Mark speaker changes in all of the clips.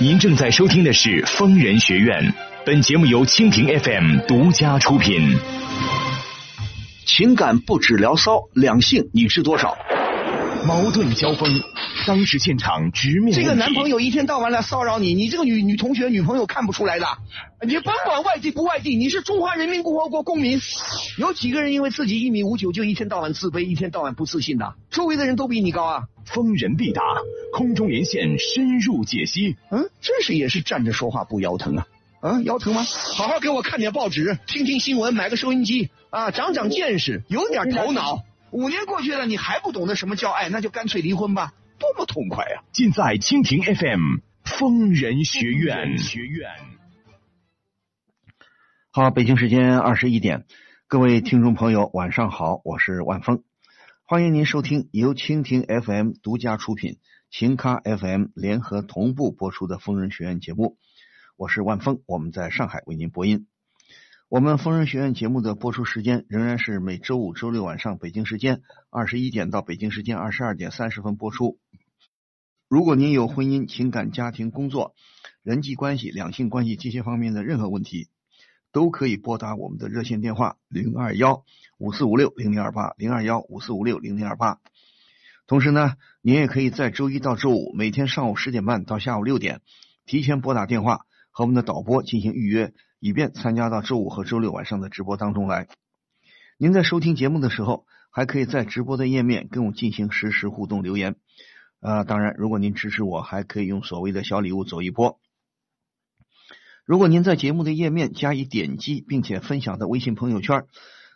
Speaker 1: 您正在收听的是《疯人学院》，本节目由蜻蜓 FM 独家出品。
Speaker 2: 情感不止聊骚，两性你知多少？
Speaker 1: 矛盾交锋，当时现场直面
Speaker 3: 这个
Speaker 1: 问题
Speaker 3: 男朋友一天到晚来骚扰你，你这个女女同学、女朋友看不出来的。你甭管外地不外地，你是中华人民共和国公民，有几个人因为自己一米五九就一天到晚自卑、一天到晚不自信的？周围的人都比你高啊！
Speaker 1: 疯人必答，空中连线深入解析。
Speaker 3: 嗯，真是也是站着说话不腰疼啊！啊，腰疼吗？好好给我看点报纸，听听新闻，买个收音机啊，长长见识，有点头脑。五年过去了，你还不懂得什么叫爱，那就干脆离婚吧，多么痛快啊呀、
Speaker 1: 尽在蜻蜓 FM 疯人学院。学院
Speaker 2: 好，北京时间二十一点，各位听众朋友，晚上好，我是万峰，欢迎您收听由蜻蜓 FM 独家出品、秦咖 FM 联合同步播出的《疯人学院》节目，我是万峰，我们在上海为您播音。我们疯人学院节目的播出时间仍然是每周五、周六晚上北京时间二十一点到北京时间二十二点三十分播出。如果您有婚姻、情感、家庭、工作、人际关系、两性关系这些方面的任何问题，都可以拨打我们的热线电话零二幺五四五六零零二八零二幺五四五六零零二八。同时呢，您也可以在周一到周五每天上午十点半到下午六点，提前拨打电话和我们的导播进行预约，以便参加到周五和周六晚上的直播当中来。您在收听节目的时候，还可以在直播的页面跟我进行实时互动留言。啊，当然，如果您支持我，还可以用所谓的小礼物走一波。如果您在节目的页面加以点击，并且分享到微信朋友圈，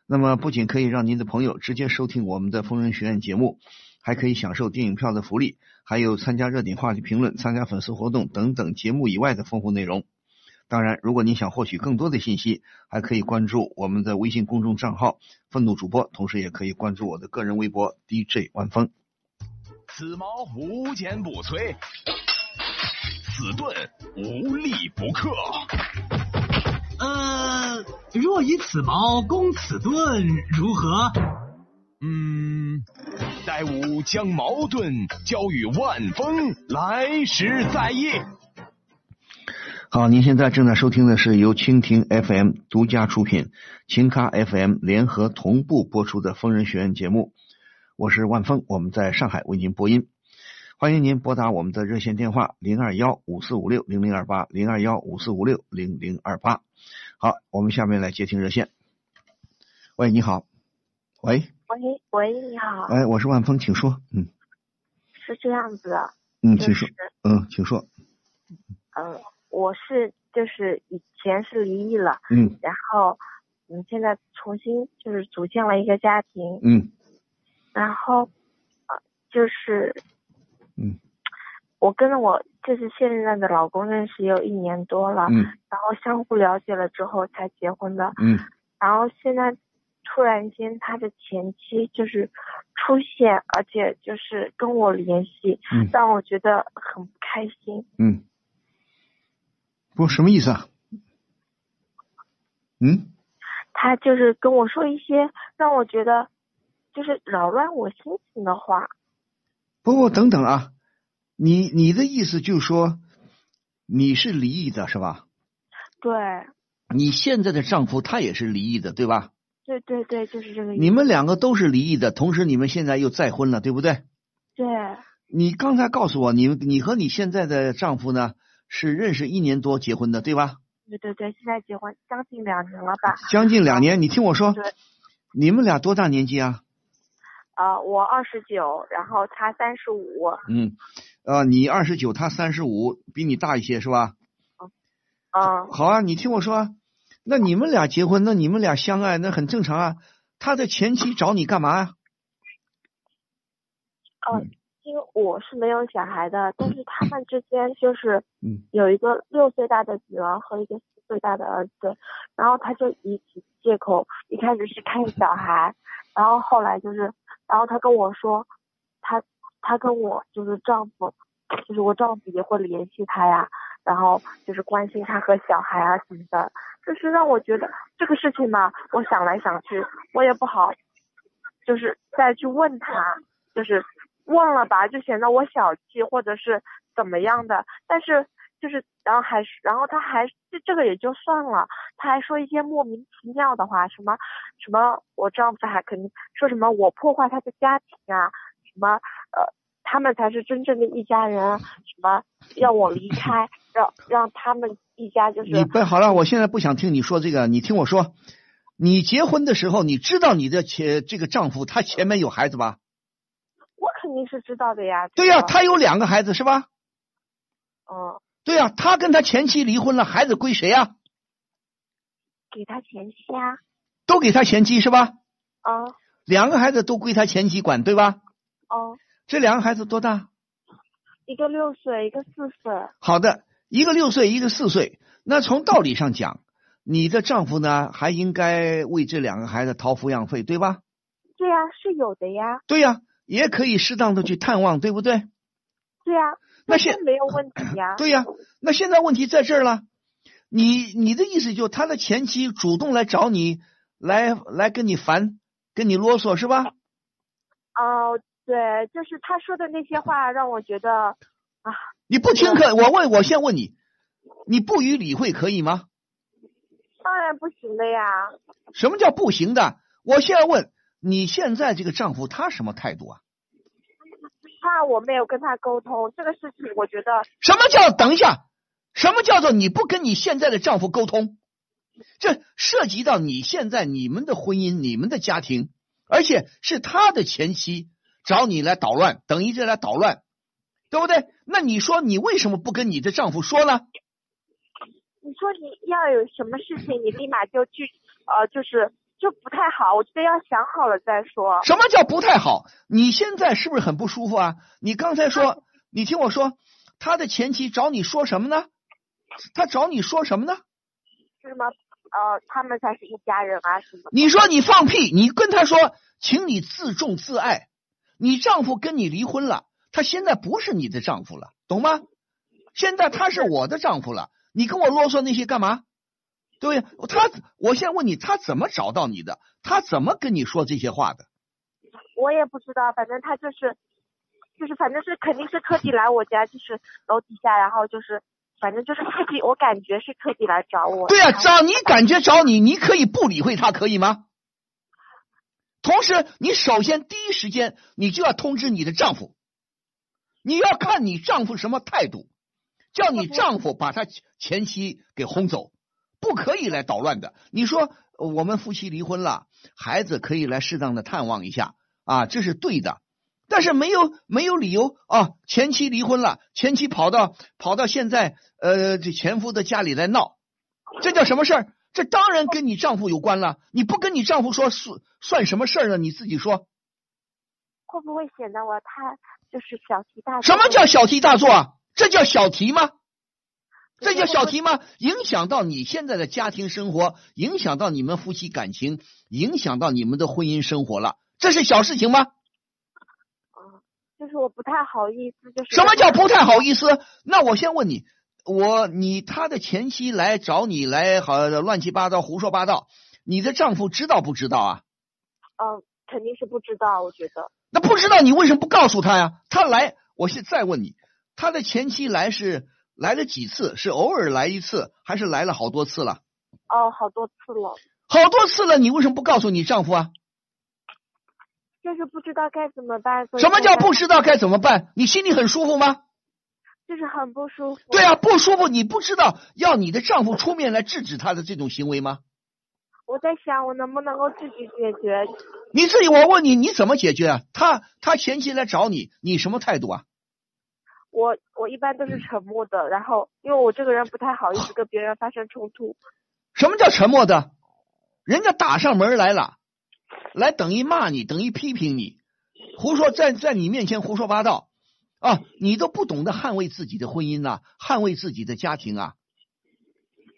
Speaker 2: 那么不仅可以让您的朋友直接收听我们的疯人学院节目，还可以享受电影票的福利，还有参加热点话题评论、参加粉丝活动等等节目以外的丰富内容。当然，如果您想获取更多的信息，还可以关注我们的微信公众账号“愤怒主播”，同时也可以关注我的个人微博 DJ 万峰。
Speaker 1: 此矛无坚不摧，此盾无力不克。
Speaker 4: 呃，若以此矛攻此盾，如何？
Speaker 1: 嗯，待吾将矛盾交与万峰，来时再议。
Speaker 2: 好，您现在正在收听的是由蜻蜓 FM 独家出品、秦咖 FM 联合同步播出的《疯人学院》节目，我是万峰，我们在上海为您播音。欢迎您拨打我们的热线电话零二幺五四五六零零二八零二幺五四五六零零二八。好，我们下面来接听热线。喂，你好。喂，
Speaker 5: 喂喂，你好，
Speaker 2: 哎，我是万峰，请说。嗯
Speaker 5: 是这样子的，
Speaker 2: 嗯，
Speaker 5: 就
Speaker 2: 请
Speaker 5: 是
Speaker 2: 说。嗯，请说。
Speaker 5: 嗯，我是就是以前是离异了，
Speaker 2: 嗯
Speaker 5: 然后嗯现在重新就是组建了一个家庭，
Speaker 2: 嗯
Speaker 5: 然后呃就是
Speaker 2: 嗯
Speaker 5: 我跟我就是现在的老公认识也有一年多了，
Speaker 2: 嗯
Speaker 5: 然后相互了解了之后才结婚的，
Speaker 2: 嗯
Speaker 5: 然后现在突然间他的前妻就是出现，而且就是跟我联系，
Speaker 2: 嗯
Speaker 5: 让我觉得很不开心。
Speaker 2: 嗯，不，什么意思啊？嗯
Speaker 5: 他就是跟我说一些让我觉得就是扰乱我心情的话。
Speaker 2: 不不，等等啊，你你的意思就是说你是离异的是吧？
Speaker 5: 对，
Speaker 2: 你现在的丈夫他也是离异的对吧？
Speaker 5: 对对对，就是这个意
Speaker 2: 你
Speaker 5: 思。
Speaker 2: 们两个都是离异的，同时你们现在又再婚了对不对？
Speaker 5: 对
Speaker 2: 你刚才告诉我，你你和你现在的丈夫呢是认识一年多结婚的对吧？
Speaker 5: 对对对，现在结婚将近两年了吧？
Speaker 2: 将近两年，你听我说
Speaker 5: 对，
Speaker 2: 你们俩多大年纪啊？
Speaker 5: 呃，我二十九，然后他三十五，
Speaker 2: 嗯，呃，你二十九，他三十五，比你大一些是吧？
Speaker 5: 嗯，
Speaker 2: 好啊，你听我说啊，那你们俩结婚，那你们俩相爱，那很正常啊。他的前妻找你干嘛啊呀、
Speaker 5: 呃因为我是没有小孩的，但是他们之间就是
Speaker 2: 嗯
Speaker 5: 有一个六岁大的女儿和一个四岁大的儿子，然后他就以此借口，一开始是看小孩，然后后来就是，然后他跟我说，他他跟我就是丈夫，就是我丈夫也会联系他呀，然后就是关心他和小孩啊什么的，就是让我觉得这个事情嘛，我想来想去，我也不好，就是再去问他，就是问了吧，就显得我小气或者是怎么样的，但是。就是，然后还是，然后他还这这个也就算了，他还说一些莫名其妙的话，什么什么我丈夫还肯定说什么我破坏他的家庭啊，什么呃他们才是真正的一家人，啊什么让我离开，让让他们一家就是
Speaker 2: 你不好了，我现在不想听你说这个，你听我说，你结婚的时候，你知道你的前这个丈夫他前面有孩子吧？
Speaker 5: 我肯定是知道的呀。
Speaker 2: 对呀、
Speaker 5: 这个
Speaker 2: 他有两个孩子是吧？
Speaker 5: 嗯，
Speaker 2: 对呀、他跟他前妻离婚了，孩子归谁啊呀、
Speaker 5: 给他钱瞎
Speaker 2: 都给他前妻是吧？
Speaker 5: 啊，
Speaker 2: 两个孩子都归他前妻管对吧？
Speaker 5: 哦、嗯，
Speaker 2: 这两个孩子多大？
Speaker 5: 一个六岁，一个四岁，
Speaker 2: 好的，一个六岁，一个四岁。那从道理上讲，你的丈夫呢，还应该为这两个孩子掏抚养费，对吧？
Speaker 5: 对呀、是有的呀，
Speaker 2: 对呀、也可以适当的去探望，对不对？
Speaker 5: 对呀、
Speaker 2: 那
Speaker 5: 这
Speaker 2: 现
Speaker 5: 没有问题呀。
Speaker 2: 对呀、那现在问题在这儿了，你你的意思就是他的前妻主动来找你，来来跟你烦，跟你啰嗦是吧？
Speaker 5: 哦，对，就是他说的那些话让我觉得，啊
Speaker 2: 你不听可我问我先问你，你不予理会可以吗？
Speaker 5: 当然不行的呀。
Speaker 2: 什么叫不行的？我现在问你现在这个丈夫他什么态度啊？
Speaker 5: 怕我没有跟他沟通这个事情，我觉得
Speaker 2: 什么叫等一下？什么叫做你不跟你现在的丈夫沟通？这涉及到你现在你们的婚姻、你们的家庭，而且是他的前妻找你来捣乱，等于是来捣乱，对不对？那你说你为什么不跟你的丈夫说呢？
Speaker 5: 你说你要有什么事情，你立马就去，呃，就是就不太好。我觉得要想好了再说。
Speaker 2: 什么叫不太好？你现在是不是很不舒服啊？你刚才说，你听我说，他的前妻找你说什么呢？他找你说什么呢？
Speaker 5: 是什么？呃，他们才是一家人啊，什么？
Speaker 2: 你说你放屁，你跟他说，请你自重自爱。你丈夫跟你离婚了，他现在不是你的丈夫了，懂吗？现在他是我的丈夫了，你跟我啰嗦那些干嘛？对不对？他，我现在问你，他怎么找到你的？他怎么跟你说这些话的？
Speaker 5: 我也不知道，反正他就是，就是反正是肯定是特地来我家，就是楼底下，然后就是反正就是特地，我感觉是特地来找我。
Speaker 2: 对呀、
Speaker 5: 然后
Speaker 2: 找你感觉找你，你可以不理会他，可以吗？同时，你首先第一时间你就要通知你的丈夫，你要看你丈夫什么态度，叫你丈夫把他前妻给轰走，不可以来捣乱的。你说呃我们夫妻离婚了，孩子可以来适当的探望一下啊，这是对的。但是没有没有理由啊，前妻离婚了，前妻跑到跑到现在呃这前夫的家里来闹，这叫什么事儿？这当然跟你丈夫有关了。你不跟你丈夫说，算算什么事儿呢？你自己说，
Speaker 5: 会不会显得我太就是小题大做？
Speaker 2: 什么叫小题大做啊？这叫小题吗？这叫小题吗？影响到你现在的家庭生活，影响到你们夫妻感情，影响到你们的婚姻生活了，这是小事情吗？
Speaker 5: 就是我不太好意思，就是
Speaker 2: 什么叫不太好意思？那我先问你，我你他的前妻来找你来，好乱七八糟胡说八道，你的丈夫知道不知道啊？
Speaker 5: 嗯、肯定是不知道，我觉得
Speaker 2: 那不知道你为什么不告诉他呀？他来，我现在问你，他的前妻来是来了几次？是偶尔来一次，还是来了好多次了？
Speaker 5: 哦，好多次了，
Speaker 2: 好多次了，你为什么不告诉你丈夫啊？
Speaker 5: 就是不知道该怎么办。所以
Speaker 2: 什么
Speaker 5: 现在
Speaker 2: 叫不知道该怎么办？你心里很舒服吗？
Speaker 5: 就是很不舒服。
Speaker 2: 对啊，不舒服，你不知道要你的丈夫出面来制止他的这种行为吗？
Speaker 5: 我在想，我能不能够自己解决？
Speaker 2: 你自己，我问你，你怎么解决啊？他他前妻来找你，你什么态度啊？
Speaker 5: 我我一般都
Speaker 2: 嗯
Speaker 5: 是沉默的，然后因为我这个人不太好意 思跟别人发生冲突。
Speaker 2: 什么叫沉默的？人家打上门来了，来等于骂你，等于批评你，胡说在在你面前胡说八道啊！你都不懂得捍卫自己的婚姻呐、捍卫自己的家庭啊！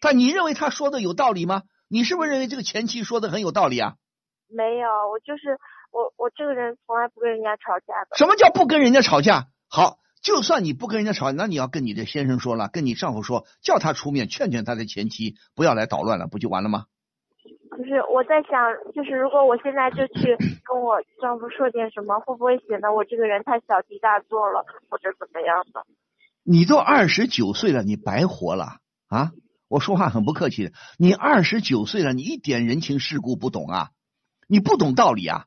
Speaker 2: 但你认为他说的有道理吗？你是不是认为这个前妻说的很有道理啊？
Speaker 5: 没有，我就是我我这个人从来不跟人家吵架的。
Speaker 2: 什么叫不跟人家吵架？好，就算你不跟人家吵，那你要跟你的先生说了，跟你丈夫说，叫他出面劝劝他的前妻，不要来捣乱了，不就完了吗？
Speaker 5: 就是我在想，就是如果我现在就去
Speaker 2: 嗯
Speaker 5: 跟我丈夫说点什么，会不会显得我这个人太小题大做了，或者怎么样的？
Speaker 2: 你都二十九岁了，你白活了啊！我说话很不客气的，你二十九岁了，你一点人情世故不懂啊，你不懂道理啊。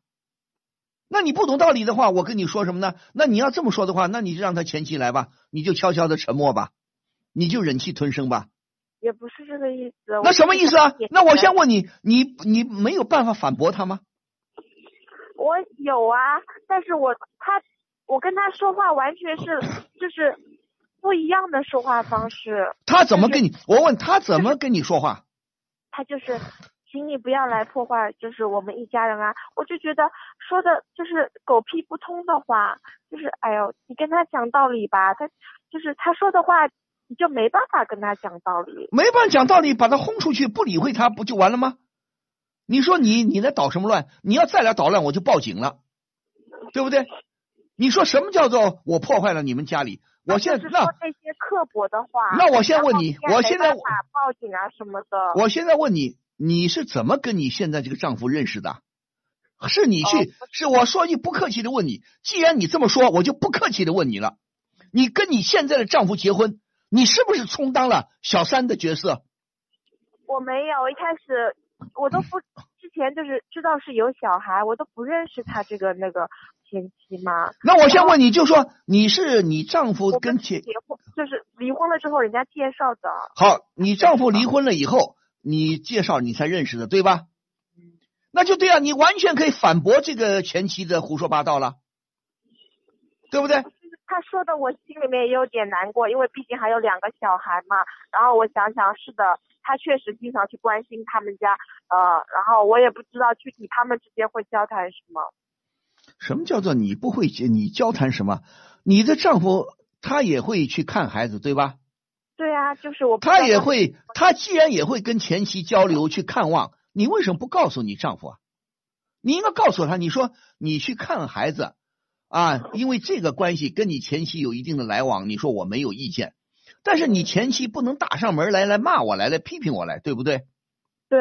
Speaker 2: 那你不懂道理的话，我跟你说什么呢？那你要这么说的话，那你就让他前妻来吧，你就悄悄的沉默吧，你就忍气吞声吧。
Speaker 5: 也不是这个意思。
Speaker 2: 那什么意思啊？那我
Speaker 5: 先
Speaker 2: 先问你，你你没有办法反驳他吗？
Speaker 5: 我有啊，但是我他我跟他说话完全是就是不一样的说话方式，
Speaker 2: 他怎么跟你？我问他怎么跟你说话？
Speaker 5: 他就是。请你不要来破坏，就是我们一家人啊！我就觉得说的就是狗屁不通的话，就是哎呦，你跟他讲道理吧，他就是他说的话，你就没办法跟他讲道理。
Speaker 2: 没办法讲道理，把他轰出去，不理会他不就完了吗？你说你你来捣什么乱？你要再来捣乱，我就报警了，对不对？你说什么叫做我破坏了你们家里？我现在
Speaker 5: 就是
Speaker 2: 那
Speaker 5: 说这些刻薄的话。
Speaker 2: 那我先问你
Speaker 5: 然后
Speaker 2: 我现在
Speaker 5: 没办法报警啊什么的。
Speaker 2: 我现在问你，你是怎么跟你现在这个丈夫认识的？是你去，
Speaker 5: 哦
Speaker 2: 是我说句不客气的问你，既然你这么说，我就不客气的问你了。你跟你现在的丈夫结婚，你是不是充当了小三的角色？
Speaker 5: 我没有，一开始我都不之前就是知道是有小孩，我都不认识他这个那个前妻嘛。
Speaker 2: 那我先问你，就说你是你丈夫
Speaker 5: 我
Speaker 2: 跟
Speaker 5: 们
Speaker 2: 前
Speaker 5: 结婚就是离婚了之后人家介绍的，
Speaker 2: 好，你丈夫离婚了以后，你介绍你才认识的，对吧？那就对啊，你完全可以反驳这个前妻的胡说八道了，对不对？
Speaker 5: 他说的我心里面也有点难过，因为毕竟还有两个小孩嘛。然后我想想，是的，他确实经常去关心他们家，呃，然后我也不知道具体他们之间会交谈什么。
Speaker 2: 什么叫做你不会接你交谈什么？你的丈夫他也会去看孩子，对吧？
Speaker 5: 对啊，就是我不知道
Speaker 2: 他也会，他既然也会跟前妻交流去看望，你为什么不告诉你丈夫啊？你应该告诉他，你说你去看孩子啊，因为这个关系跟你前妻有一定的来往，你说我没有意见，但是你前妻不能打上门来来骂我来来批评我来，对不对？
Speaker 5: 对，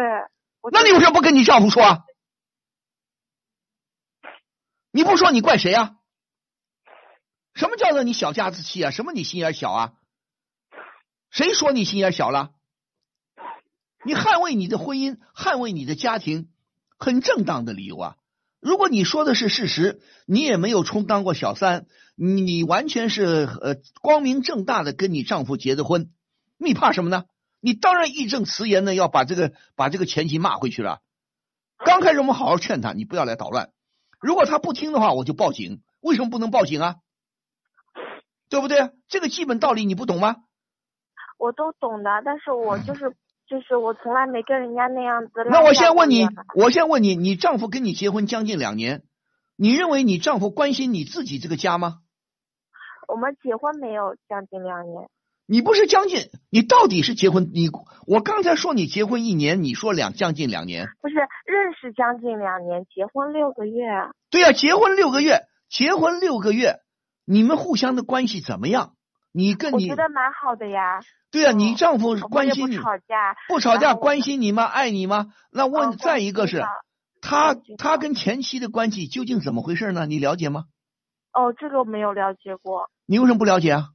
Speaker 5: 我
Speaker 2: 那你为什么不跟你丈夫说啊？你不说你怪谁啊？什么叫做你小家子气啊？什么你心眼小啊？谁说你心眼小了？你捍卫你的婚姻，捍卫你的家庭，很正当的理由啊。如果你说的是事实，你也没有充当过小三，你你完全是呃光明正大的跟你丈夫结的婚，你怕什么呢？你当然义正辞严的要把这个把这个前妻骂回去了。刚开始我们好好劝他，你不要来捣乱。如果他不听的话，我就报警。为什么不能报警啊？对不对？这个基本道理你不懂吗？
Speaker 5: 我都懂的，但是我就是就是我从来没跟人家那样子。
Speaker 2: 那我先问你，我先问你，你丈夫跟你结婚将近两年，你认为你丈夫关心你自己这个家吗？
Speaker 5: 我们结婚没有将近两年，
Speaker 2: 你不是将近，你到底是结婚？你我刚才说你结婚一年，你说两将近两年，
Speaker 5: 不是认识将近两年，结婚六个月啊。
Speaker 2: 对呀、结婚六个月，结婚六个月，你们互相的关系怎么样？你跟
Speaker 5: 我
Speaker 2: 你
Speaker 5: 觉得蛮好的呀，
Speaker 2: 对呀、
Speaker 5: 嗯
Speaker 2: 你丈夫
Speaker 5: 我们
Speaker 2: 关
Speaker 5: 也不
Speaker 2: 心你，
Speaker 5: 吵架。
Speaker 2: 不吵
Speaker 5: 然
Speaker 2: 架，
Speaker 5: 后
Speaker 2: 关心你吗？爱你吗？那
Speaker 5: 嗯
Speaker 2: 问、
Speaker 5: 关
Speaker 2: 再一个是
Speaker 5: 心的，
Speaker 2: 他
Speaker 5: 关心
Speaker 2: 他
Speaker 5: 的
Speaker 2: 跟前妻的关系究竟怎么回事呢？你了解吗？
Speaker 5: 哦，这个我没有了解过。
Speaker 2: 你为什么不了解啊？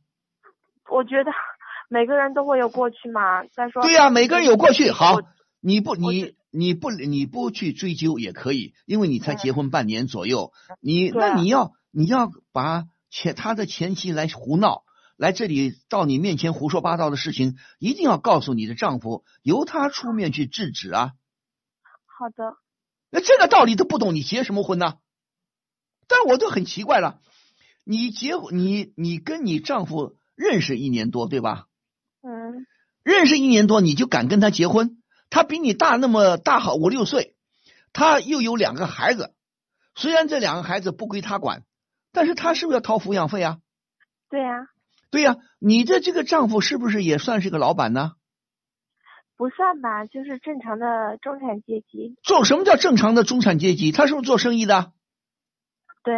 Speaker 5: 我觉得 每个人都会有过去嘛。再说，
Speaker 2: 对呀、每个人有过去。好
Speaker 5: 我，
Speaker 2: 你不
Speaker 5: 我
Speaker 2: 你你不你不去追究也可以，因为你才
Speaker 5: 嗯
Speaker 2: 结婚半年左右，你
Speaker 5: 对啊
Speaker 2: 那你要你要把前他的前妻来胡闹，来这里到你面前胡说八道的事情，一定要告诉你的丈夫，由他出面去制止啊。
Speaker 5: 好的，
Speaker 2: 那这个道理都不懂，你结什么婚呢？但我都很奇怪了，你结婚你你跟你丈夫认识一年多对吧？
Speaker 5: 嗯，
Speaker 2: 认识一年多你就敢跟他结婚？他比你大那么大好五六岁，他又有两个孩子，虽然这两个孩子不归他管，但是他是不是要掏抚养费啊？
Speaker 5: 对呀、
Speaker 2: 对呀、你的这个丈夫是不是也算是个老板呢？
Speaker 5: 不算吧，就是正常的中产阶级。
Speaker 2: 做什么叫正常的中产阶级？他是不是做生意的？
Speaker 5: 对，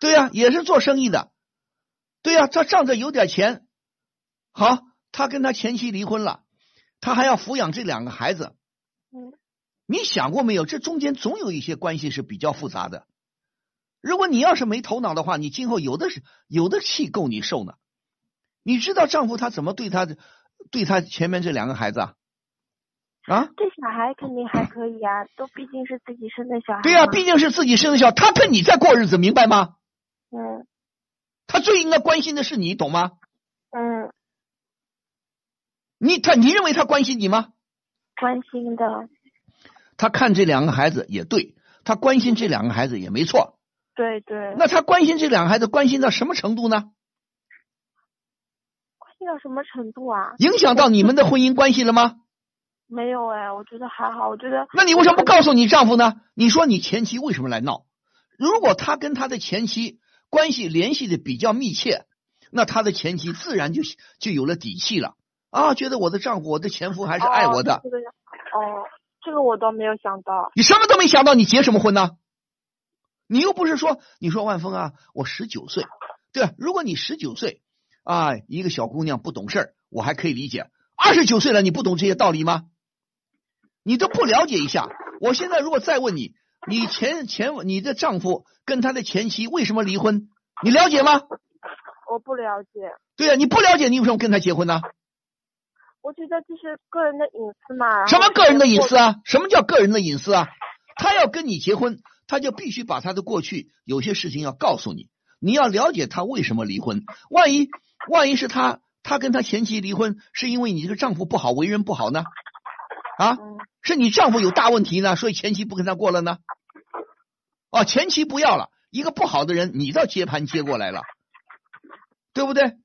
Speaker 2: 对呀、也是做生意的。对呀、他仗着有点钱，好，他跟他前妻离婚了，他还要抚养这两个孩子。
Speaker 5: 嗯，
Speaker 2: 你想过没有？这中间总有一些关系是比较复杂的。如果你要是没头脑的话，你今后有的是有的气够你受呢。你知道丈夫他怎么对他对他前面这两个孩子啊？啊，
Speaker 5: 对小孩肯定还可以啊，都毕竟是自己生的小孩嘛。
Speaker 2: 对呀、毕竟是自己生的小，他跟你在过日子，明白吗？
Speaker 5: 嗯
Speaker 2: 他最应该关心的是你，懂吗？
Speaker 5: 嗯，
Speaker 2: 你他你认为他关心你吗？
Speaker 5: 关心的，
Speaker 2: 他看这两个孩子也对，他关心这两个孩子也没错。
Speaker 5: 对对。
Speaker 2: 那他关心这两个孩子，关心到什么程度呢？
Speaker 5: 关心到什么程度啊？
Speaker 2: 影响到你们的婚姻关系了吗？
Speaker 5: 没有哎，我觉得还好，我觉得
Speaker 2: 那你为什么不告诉你丈夫呢？你说你前妻为什么来闹？如果他跟他的前妻关系联系的比较密切，那他的前妻自然就就有了底气了啊，觉得我的丈夫、我的前夫还是爱我的。
Speaker 5: 哦这个哦，这个我倒没有想到。
Speaker 2: 你什么都没想到，你结什么婚呢？你又不是说，你说万峰啊，我十九岁，对吧，如果你十九岁啊，一个小姑娘不懂事儿，我还可以理解。二十九岁了，你不懂这些道理吗？你都不了解一下。我现在如果再问你，你前前你的丈夫跟他的前妻为什么离婚？你了解吗？
Speaker 5: 我不了解，
Speaker 2: 对啊呀、你不了解，你为什么跟他结婚呢？
Speaker 5: 我觉得这是个人的隐私嘛。
Speaker 2: 什么个人的隐私
Speaker 5: 啊？
Speaker 2: 啊？什么叫个人的隐私啊？他要跟你结婚，他就必须把他的过去有些事情要告诉你，你要了解他为什么离婚。万一万一是他他跟他前妻离婚，是因为你这个丈夫不好，为人不好呢？啊，
Speaker 5: 嗯
Speaker 2: 是你丈夫有大问题呢，所以前妻不跟他过了呢？哦，前妻不要了，一个不好的人，你倒接盘接过来了，对不对？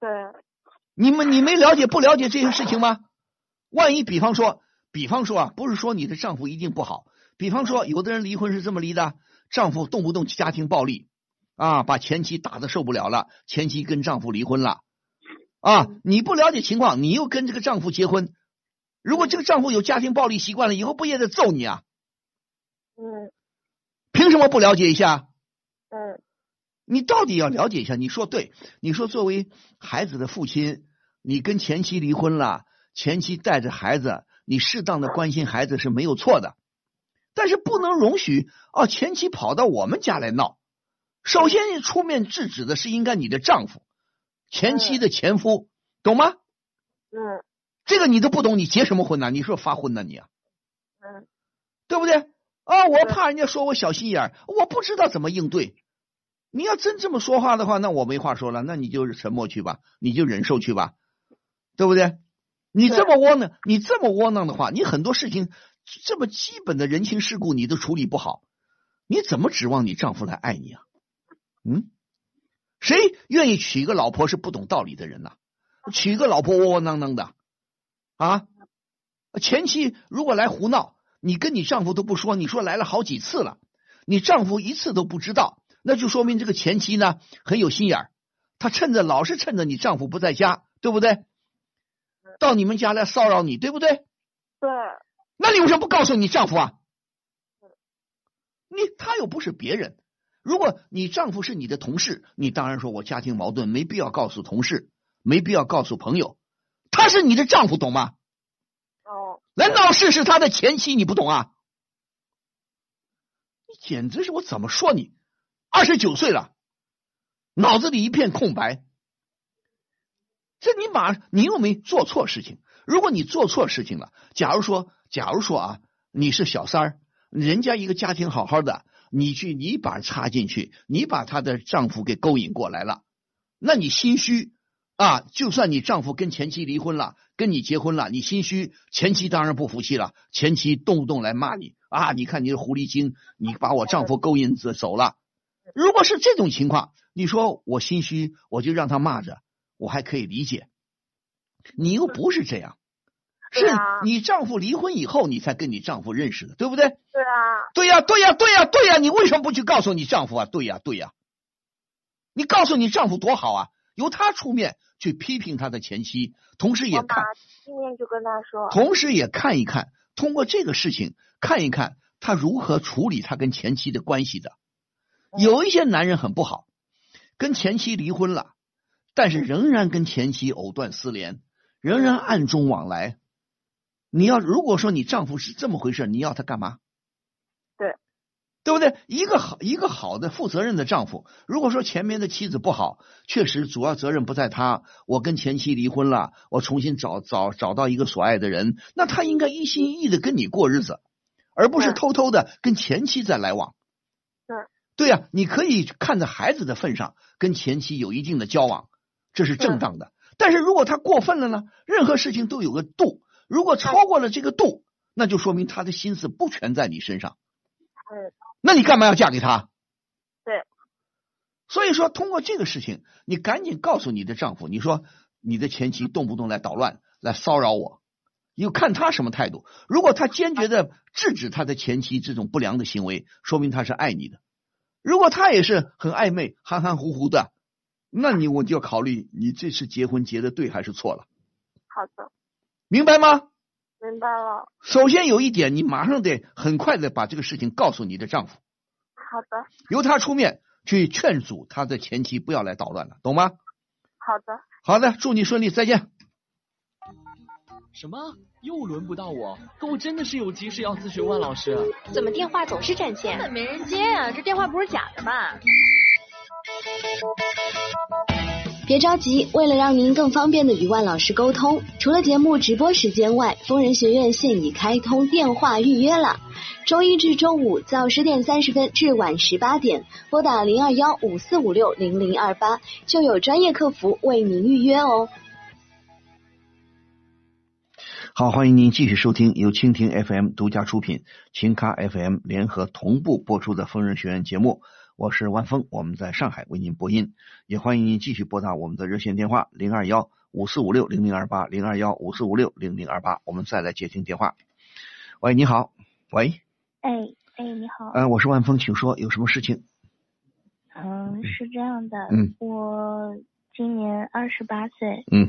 Speaker 5: 对，
Speaker 2: 你们你没了解不了解这些事情吗？万一比方说，比方说啊，不是说你的丈夫一定不好，比方说有的人离婚是这么离的，丈夫动不动家庭暴力啊，把前妻打的受不了了，前妻跟丈夫离婚了啊，你不了解情况，你又跟这个丈夫结婚，如果这个丈夫有家庭暴力习惯了，以后不也得揍你啊？
Speaker 5: 嗯
Speaker 2: 凭什么不了解一下？
Speaker 5: 嗯
Speaker 2: 你到底要了解一下。你说对，你说作为孩子的父亲，你跟前妻离婚了，前妻带着孩子，你适当的关心孩子是没有错的，但是不能容许哦，前妻跑到我们家来闹。首先你出面制止的是应该你的丈夫，前妻的前夫，懂吗？
Speaker 5: 嗯
Speaker 2: 这个你都不懂，你结什么婚呢、你说发婚呢、你啊？
Speaker 5: 嗯，
Speaker 2: 对不对？啊，我
Speaker 5: 对
Speaker 2: 怕人家说我小心眼儿，我不知道怎么应对。你要真这么说话的话，那我没话说了，那你就沉默去吧，你就忍受去吧，对不对？你这么窝囊，你这么窝囊的话，你很多事情这么基本的人情世故你都处理不好，你怎么指望你丈夫来爱你啊？嗯，谁愿意娶一个老婆是不懂道理的人呐、娶一个老婆窝窝囊囊的啊？前妻如果来胡闹，你跟你丈夫都不说，你说来了好几次了，你丈夫一次都不知道，那就说明这个前妻呢很有心眼儿，她趁着老是趁着你丈夫不在家，对不对？到你们家来骚扰你，对不对？
Speaker 5: 对，
Speaker 2: 那你为什么不告诉你丈夫啊？你他又不是别人。如果你丈夫是你的同事，你当然说我家庭矛盾没必要告诉同事，没必要告诉朋友。他是你的丈夫，懂吗？
Speaker 5: 哦，
Speaker 2: 难道是是他的前妻？你不懂啊？你简直是我怎么说你？二十九岁了，脑子里一片空白。这你马你又没做错事情。如果你做错事情了，假如说假如说啊，你是小三儿，人家一个家庭好好的，你去你把人插进去，你把她的丈夫给勾引过来了，那你心虚，啊，就算你丈夫跟前妻离婚了，跟你结婚了，你心虚，前妻当然不服气了，前妻动不动来骂你啊，你看你是狐狸精，你把我丈夫勾引走走了。如果是这种情况，你说我心虚，我就让他骂着，我还可以理解。你又不是这样，是
Speaker 5: 对啊
Speaker 2: 你丈夫离婚以后，你才跟你丈夫认识的，对不对？
Speaker 5: 对啊，
Speaker 2: 对呀、对呀、对呀、对呀、你为什么不去告诉你丈夫啊？对呀、对呀、你告诉你丈夫多好啊，由他出面去批评他的前妻，同时也
Speaker 5: 我
Speaker 2: 看，
Speaker 5: 妈今天就跟他说，
Speaker 2: 同时也看一看，通过这个事情看一看他如何处理他跟前妻的关系的。
Speaker 5: 嗯
Speaker 2: 有一些男人很不好，跟前妻离婚了，但是仍然跟前妻藕断丝连，仍然暗中往来。你要如果说你丈夫是这么回事，你要他干嘛？
Speaker 5: 对，
Speaker 2: 对不对？一个好一个好的负责任的丈夫，如果说前面的妻子不好，确实主要责任不在他，我跟前妻离婚了，我重新找找找到一个所爱的人，那他应该一心一意的跟你过日子，而不是
Speaker 5: 对
Speaker 2: 偷偷的跟前妻在来往。
Speaker 5: 对，
Speaker 2: 对呀、你可以看在孩子的份上跟前妻有一定的交往，这是正
Speaker 5: 嗯
Speaker 2: 当的。但是如果他过分了呢？任何事情都有个度，如果超过了这个度，那就说明他的心思不全在你身上。
Speaker 5: 嗯，
Speaker 2: 那你干嘛要嫁给他？
Speaker 5: 对。
Speaker 2: 所以说，通过这个事情，你赶紧告诉你的丈夫，你说你的前妻动不动来捣乱，来骚扰我，你看他什么态度。如果他坚决的制止他的前妻这种不良的行为，说明他是爱你的；如果他也是很暧昧、含含糊糊的，那你我就要考虑你这次结婚结的对还是错了，
Speaker 5: 好的，
Speaker 2: 明白吗？
Speaker 5: 明白了。
Speaker 2: 首先有一点，你马上得很快的把这个事情告诉你的丈夫，
Speaker 5: 好的，
Speaker 2: 由他出面去劝阻他的前妻不要来捣乱了，懂吗？
Speaker 5: 好的。
Speaker 2: 好的，祝你顺利，再见。
Speaker 6: 什么？又轮不到我？可我真的是有急事要咨询万老师。
Speaker 7: 怎么电话总是占线？根本没人接啊！这电话不是假的吧？
Speaker 8: 别着急，为了让您更方便的与万老师沟通，除了节目直播时间外，疯人学院现已开通电话预约了。周一至周五早十点三十分至晚十八点，拨打零二幺五四五六零零二八，就有专业客服为您预约哦。
Speaker 2: 好，欢迎您继续收听由蜻蜓 FM 独家出品、秦咖 FM 联合同步播出的《疯人学院》节目，我是万峰，我们在上海为您播音，也欢迎您继续拨打我们的热线电话零二幺五四五六零零二八零二幺五四五六零零二八，我们再来接听电话。喂，你好，喂，
Speaker 9: 哎哎，你好，
Speaker 2: 呃，我是万峰，请说，有什么事情？
Speaker 9: 嗯，是这样的，
Speaker 2: 嗯
Speaker 9: 我今年二十八岁，
Speaker 2: 嗯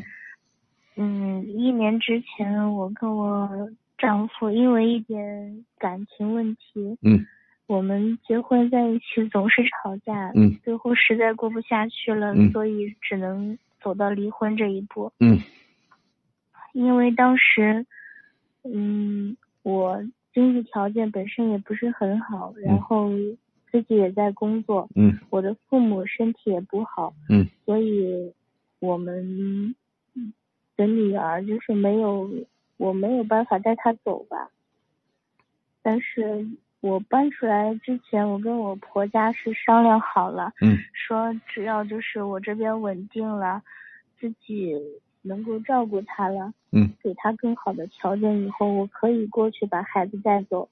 Speaker 9: 嗯，一年之前我跟我丈夫因为一点感情问题，
Speaker 2: 嗯，
Speaker 9: 我们结婚在一起总是吵架，
Speaker 2: 嗯
Speaker 9: 最后实在过不下去了，
Speaker 2: 嗯
Speaker 9: 所以只能走到离婚这一步，
Speaker 2: 嗯
Speaker 9: 因为当时，嗯，我经济条件本身也不是很好，然后自己也在工作，
Speaker 2: 嗯
Speaker 9: 我的父母身体也不好，
Speaker 2: 嗯，
Speaker 9: 所以我们的女儿就是没有，我没有办法带她走吧。但是我搬出来之前，我跟我婆家是商量好了，
Speaker 2: 嗯，
Speaker 9: 说只要就是我这边稳定了，自己能够照顾她了，
Speaker 2: 嗯，
Speaker 9: 给她更好的条件以后，我可以过去把孩子带走。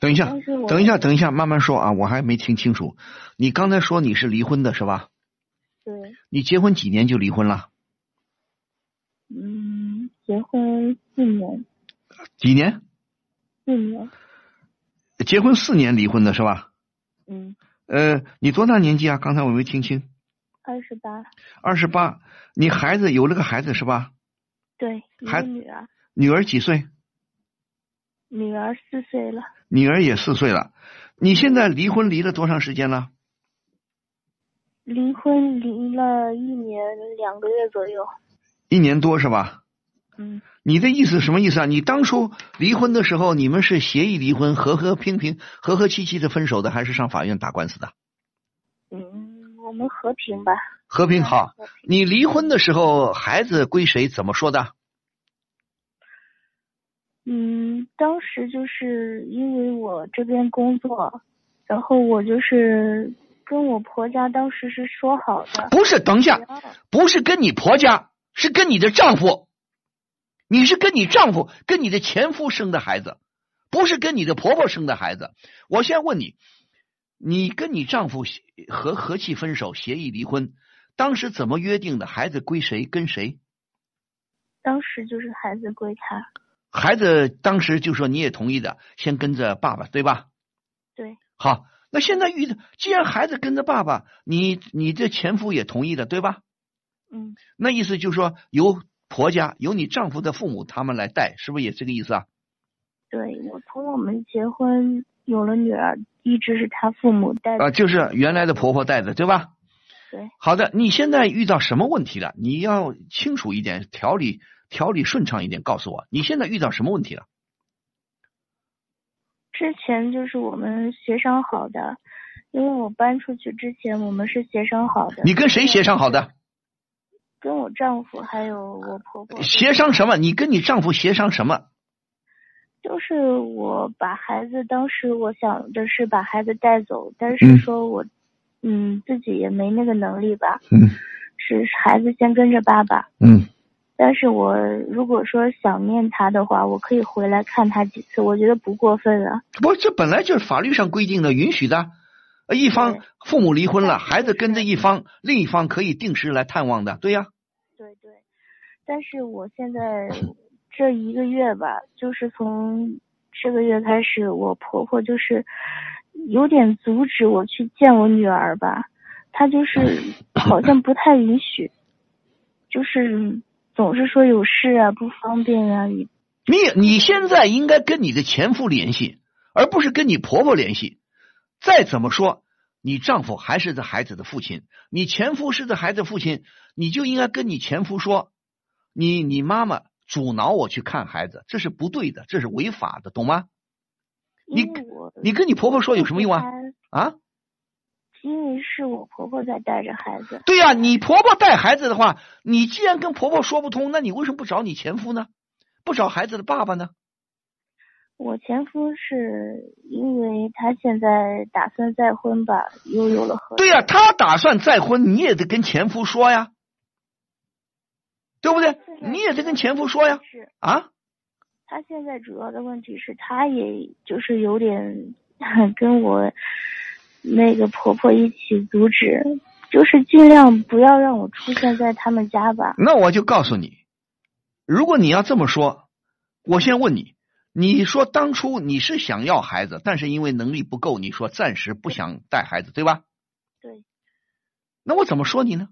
Speaker 2: 等一下
Speaker 9: 但，哦是我
Speaker 2: 等一下，，等一下，慢慢说啊，我还没听清楚。你刚才说你是离婚的是吧？
Speaker 9: 对，
Speaker 2: 你结婚几年就离婚了？
Speaker 9: 嗯，结婚四年，
Speaker 2: 几年？
Speaker 9: 四年，
Speaker 2: 结婚四年离婚的是吧？
Speaker 9: 嗯。
Speaker 2: 呃，你多大年纪啊？刚才我没听清。
Speaker 9: 二十八，
Speaker 2: 二十八，你孩子有了个孩子是吧？
Speaker 9: 对，一
Speaker 2: 还
Speaker 9: 个女儿，
Speaker 2: 女儿几岁？
Speaker 9: 女儿四岁了，
Speaker 2: 女儿也四岁了。你现在离婚离了多长时间了？
Speaker 9: 离婚离了一年两个月左右。
Speaker 2: 一年多是吧？
Speaker 9: 嗯，
Speaker 2: 你的意思什么意思啊？你当初离婚的时候，你们是协议离婚，和和平平、和和气气的分手的，还是上法院打官司的？
Speaker 9: 嗯，我们和平吧。
Speaker 2: 和平好。
Speaker 9: 和平。
Speaker 2: 你离婚的时候，孩子归谁？怎么说的？
Speaker 9: 嗯，当时就是因为我这边工作，然后我就是跟我婆家当时是说好的，
Speaker 2: 不是，等一下
Speaker 9: 只，要
Speaker 2: 不是跟你婆家，是跟你的丈夫。你是跟你丈夫、跟你的前夫生的孩子，不是跟你的婆婆生的孩子。我先问你，你跟你丈夫协和和气分手，协议离婚，当时怎么约定的？孩子归谁？跟谁？
Speaker 9: 当时就是孩子归他。
Speaker 2: 孩子当时就说你也同意的，先跟着爸爸，对吧？
Speaker 9: 对，
Speaker 2: 好，那现在遇到，既然孩子跟着爸爸，你你这前夫也同意了，对吧？
Speaker 9: 嗯，
Speaker 2: 那意思就是说由婆家由你丈夫的父母他们来带，是不是也这个意思啊？
Speaker 9: 对我从我们结婚有了女儿，一直是他父母带
Speaker 2: 啊、
Speaker 9: 的。
Speaker 2: 就是原来的婆婆带的，对吧？
Speaker 9: 对。
Speaker 2: 好的，你现在遇到什么问题了？你要清楚一点，条理条理顺畅一点，告诉我，你现在遇到什么问题了？
Speaker 9: 之前就是我们协商好的，因为我搬出去之前我们是协商好的。
Speaker 2: 你跟谁协商好的？
Speaker 9: 跟我丈夫还有我婆婆。
Speaker 2: 协商什么？你跟你丈夫协商什么？
Speaker 9: 就是我把孩子，当时我想的是把孩子带走，但是说我，嗯，自己也没那个能力吧，
Speaker 10: 嗯
Speaker 9: 是孩子先跟着爸爸。
Speaker 10: 嗯
Speaker 9: 但是我如果说想念他的话，我可以回来看他几次，我觉得不过分啊。
Speaker 2: 不，这本来就是法律上规定的，允许的。呃一方
Speaker 9: 对
Speaker 2: 父母离婚了，孩子跟着一方，另一方可以定时来探望的，对呀、
Speaker 9: 对对，但是我 现在这一个月吧，就是从这个月开始，我婆婆就是有点阻止我去见我女儿吧，她就是好像不太允许，就是总是说有事啊，不方便啊，也
Speaker 2: 你你现在应该跟你的前夫联系，而不是跟你婆婆联系。再怎么说，你丈夫还是这孩子的父亲，你前夫是这孩子父亲，你就应该跟你前夫说，你你妈妈阻挠我去看孩子，这是不对的，这是违法的，懂吗？你
Speaker 9: 因为我
Speaker 2: 你跟你婆婆说有什么用啊？
Speaker 9: 她
Speaker 2: 啊，
Speaker 9: 因为是我婆婆在带着孩子，
Speaker 2: 对呀、你婆婆带孩子的话，你既然跟婆婆说不通，那你为什么不找你前夫呢？不找孩子的爸爸呢？
Speaker 9: 我前夫是因为他现在打算再婚吧，又有了合
Speaker 2: 对呀、他打算再婚，你也得跟前夫说呀，对不对？你也得跟前夫说呀。
Speaker 9: 是
Speaker 2: 啊，
Speaker 9: 他现在主要的问题是，他也就是有点 跟我那个婆婆一起阻止，就是尽量不要让我出现在他们家吧。
Speaker 2: 那我就告诉你，如果你要这么说，我先问你，你说当初你是想要孩子，但是因为能力不够，你说暂时不想带孩子，对吧？
Speaker 9: 对，
Speaker 2: 那我怎么说你呢？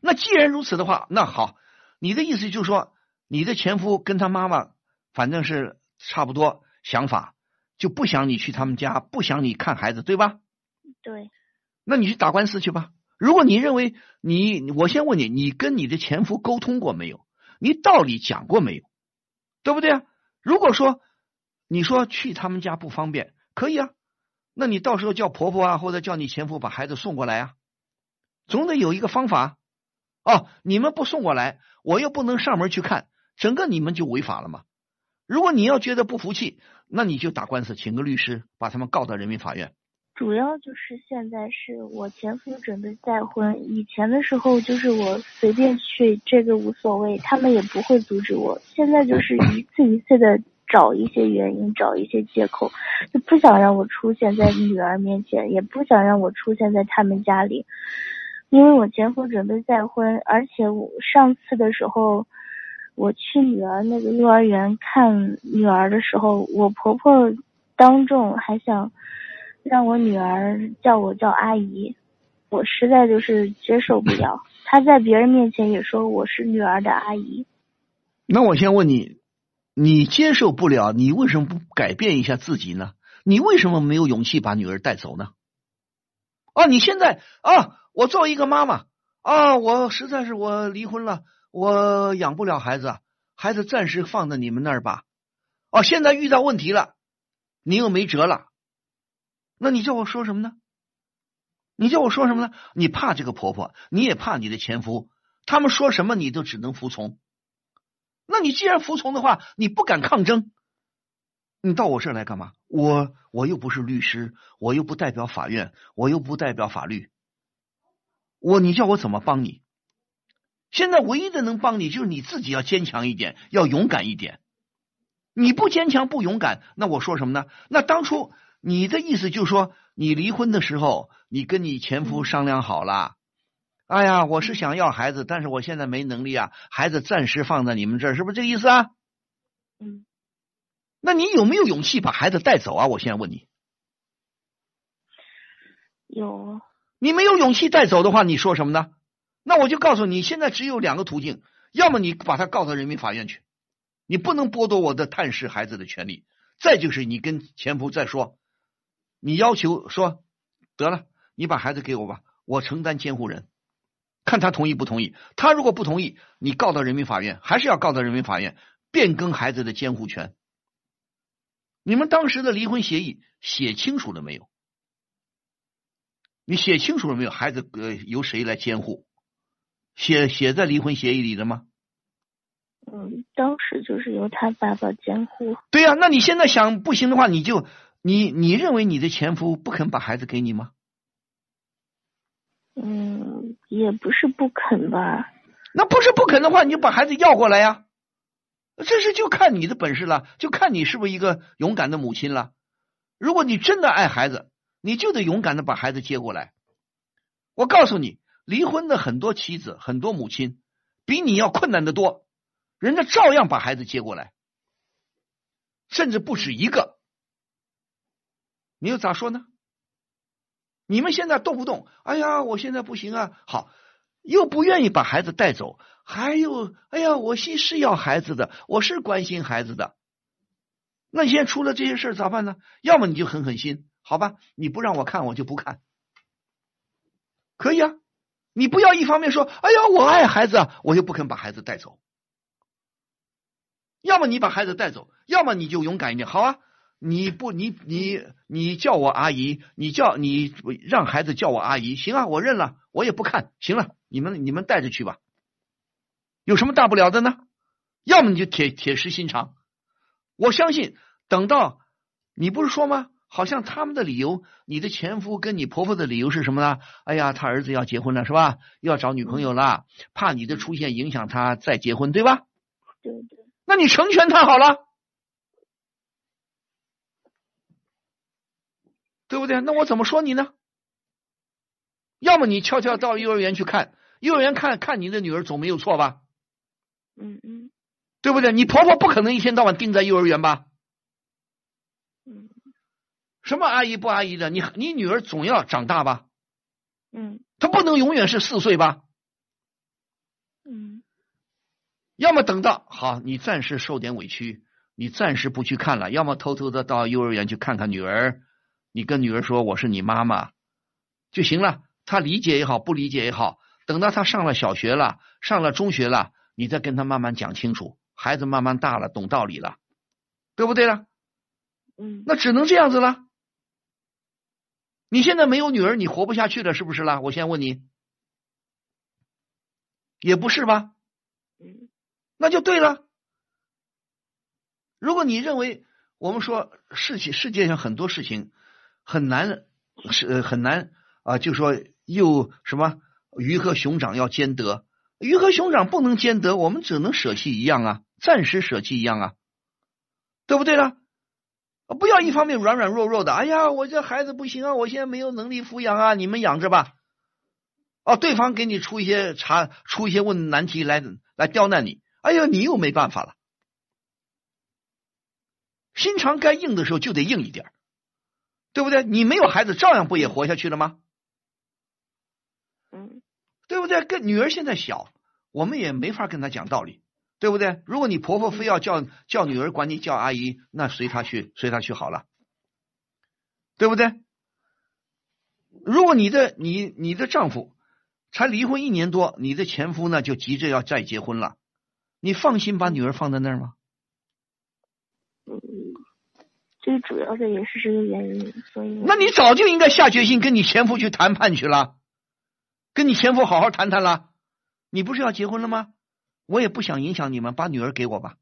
Speaker 2: 那既然如此的话，那好，你的意思就是说，你的前夫跟他妈妈反正是差不多想法，就不想你去他们家，不想你看孩子，对吧？
Speaker 9: 对，
Speaker 2: 那你去打官司去吧。如果你认为你，我先问你，你跟你的前夫沟通过没有？你道理讲过没有？对不对啊？如果说你说去他们家不方便，可以啊，那你到时候叫婆婆啊，或者叫你前夫把孩子送过来啊，总得有一个方法。哦，你们不送过来，我又不能上门去看，整个你们就违法了嘛。如果你要觉得不服气，那你就打官司，请个律师把他们告到人民法院。
Speaker 9: 主要就是现在是我前夫准备再婚，以前的时候就是我随便去，这个无所谓，他们也不会阻止我。现在就是一次一次的找一些原因，找一些借口，就不想让我出现在女儿面前，也不想让我出现在他们家里，因为我前夫准备再婚，而且我上次的时候。我去女儿那个幼儿园看女儿的时候，我婆婆当众还想让我女儿叫我叫阿姨，我实在就是接受不了。 她在别人面前也说我是女儿的阿姨，
Speaker 2: 那我先问你，你接受不了，你为什么不改变一下自己呢？你为什么没有勇气把女儿带走呢？啊，你现在啊，我作为一个妈妈啊，我实在是我离婚了，我养不了孩子，孩子暂时放在你们那儿吧。哦、现在遇到问题了，你又没辙了，那你叫我说什么呢？你叫我说什么呢？你怕这个婆婆，你也怕你的前夫，他们说什么你都只能服从。那你既然服从的话，你不敢抗争，你到我这儿来干嘛？我我又不是律师，我又不代表法院，我又不代表法律，我你叫我怎么帮你？现在唯一的能帮你就是你自己要坚强一点，要勇敢一点。你不坚强不勇敢，那我说什么呢？那当初你的意思就是说，你离婚的时候，你跟你前夫商量好了。哎呀，我是想要孩子，但是我现在没能力啊，孩子暂时放在你们这儿，是不是这个意思啊？
Speaker 9: 嗯，
Speaker 2: 那你有没有勇气把孩子带走啊？我现在问你，
Speaker 9: 有啊
Speaker 2: 你没有勇气带走的话，你说什么呢？那我就告诉你，现在只有两个途径，要么你把他告到人民法院去，你不能剥夺我的探视孩子的权利；再就是你跟前夫再说，你要求说得了，你把孩子给我吧，我承担监护人，看他同意不同意。他如果不同意，你告到人民法院，还是要告到人民法院，变更孩子的监护权。你们当时的离婚协议写清楚了没有？你写清楚了没有？孩子呃由谁来监护？写写在离婚协议里的吗？
Speaker 9: 嗯，当时就是由他爸爸监护。
Speaker 2: 对呀、那你现在想不行的话，你就你你认为你的前夫不肯把孩子给你吗？
Speaker 9: 嗯，也不是不肯吧。
Speaker 2: 那不是不肯的话，你就把孩子要过来呀、这是就看你的本事了，就看你是不是一个勇敢的母亲了。如果你真的爱孩子，你就得勇敢的把孩子接过来。我告诉你，离婚的很多妻子、很多母亲，比你要困难的多，人家照样把孩子接过来，甚至不止一个。你又咋说呢？你们现在动不动，哎呀，我现在不行啊，好，又不愿意把孩子带走，还有，哎呀，我心是要孩子的，我是关心孩子的。那你现在出了这些事儿咋办呢？要么你就狠狠心，好吧，你不让我看，我就不看。可以啊，你不要一方面说，哎呀，我爱孩子啊，我就不肯把孩子带走。要么你把孩子带走，要么你就勇敢一点，好啊。你不，你你你叫我阿姨，你叫你让孩子叫我阿姨，行啊，我认了，我也不看，行了，你们你们带着去吧，有什么大不了的呢？要么你就铁铁石心肠，我相信等到你不是说吗？好像他们的理由，你的前夫跟你婆婆的理由是什么呢？哎呀，他儿子要结婚了是吧？要找女朋友了，怕你的出现影响他再结婚，对吧？
Speaker 9: 对对，
Speaker 2: 那你成全他好了，对不对？那我怎么说你呢？要么你悄悄到幼儿园去看，幼儿园看看你的女儿总没有错吧？
Speaker 9: 嗯嗯
Speaker 2: 对不对？你婆婆不可能一天到晚盯在幼儿园吧？
Speaker 9: 嗯
Speaker 2: 什么阿姨不阿姨的，你你女儿总要长大吧？
Speaker 9: 嗯
Speaker 2: 她不能永远是四岁吧？
Speaker 9: 嗯
Speaker 2: 要么等到好，你暂时受点委屈，你暂时不去看了；要么偷偷的到幼儿园去看看女儿，你跟女儿说我是你妈妈就行了。她理解也好，不理解也好，等到她上了小学了，上了中学了，你再跟她慢慢讲清楚。孩子慢慢大了，懂道理了，对不对了？
Speaker 9: 嗯，
Speaker 2: 那只能这样子了。你现在没有女儿，你活不下去了，是不是啦？我先问你，也不是吧？
Speaker 9: 嗯
Speaker 2: 那就对了。如果你认为我们说事情世界上很多事情很难是呃很难啊、就说又什么鱼和熊掌要兼得，鱼和熊掌不能兼得，我们只能舍弃一样啊，暂时舍弃一样啊，对不对呢？啊不要一方面软软弱弱的，哎呀，我这孩子不行啊，我现在没有能力抚养啊，你们养着吧。哦，对方给你出一些查出一些问难题来来刁难你，哎呀，你又没办法了。心肠该硬的时候就得硬一点儿，对不对？你没有孩子，照样不也活下去了吗？
Speaker 9: 嗯
Speaker 2: 对不对？跟女儿现在小，我们也没法跟她讲道理，对不对？如果你婆婆非要叫叫女儿管你叫阿姨，那随她去，随她去好了，对不对？如果你的你你的丈夫才离婚一年多，你的前夫呢就急着要再结婚了，你放心把女儿放在那儿吗？
Speaker 9: 嗯，最主要的也是这个原因，所以我
Speaker 2: 那你早就应该下决心跟你前夫去谈判去了，跟你前夫好好谈谈了。你不是要结婚了吗？我也不想影响你们，把女儿给我吧。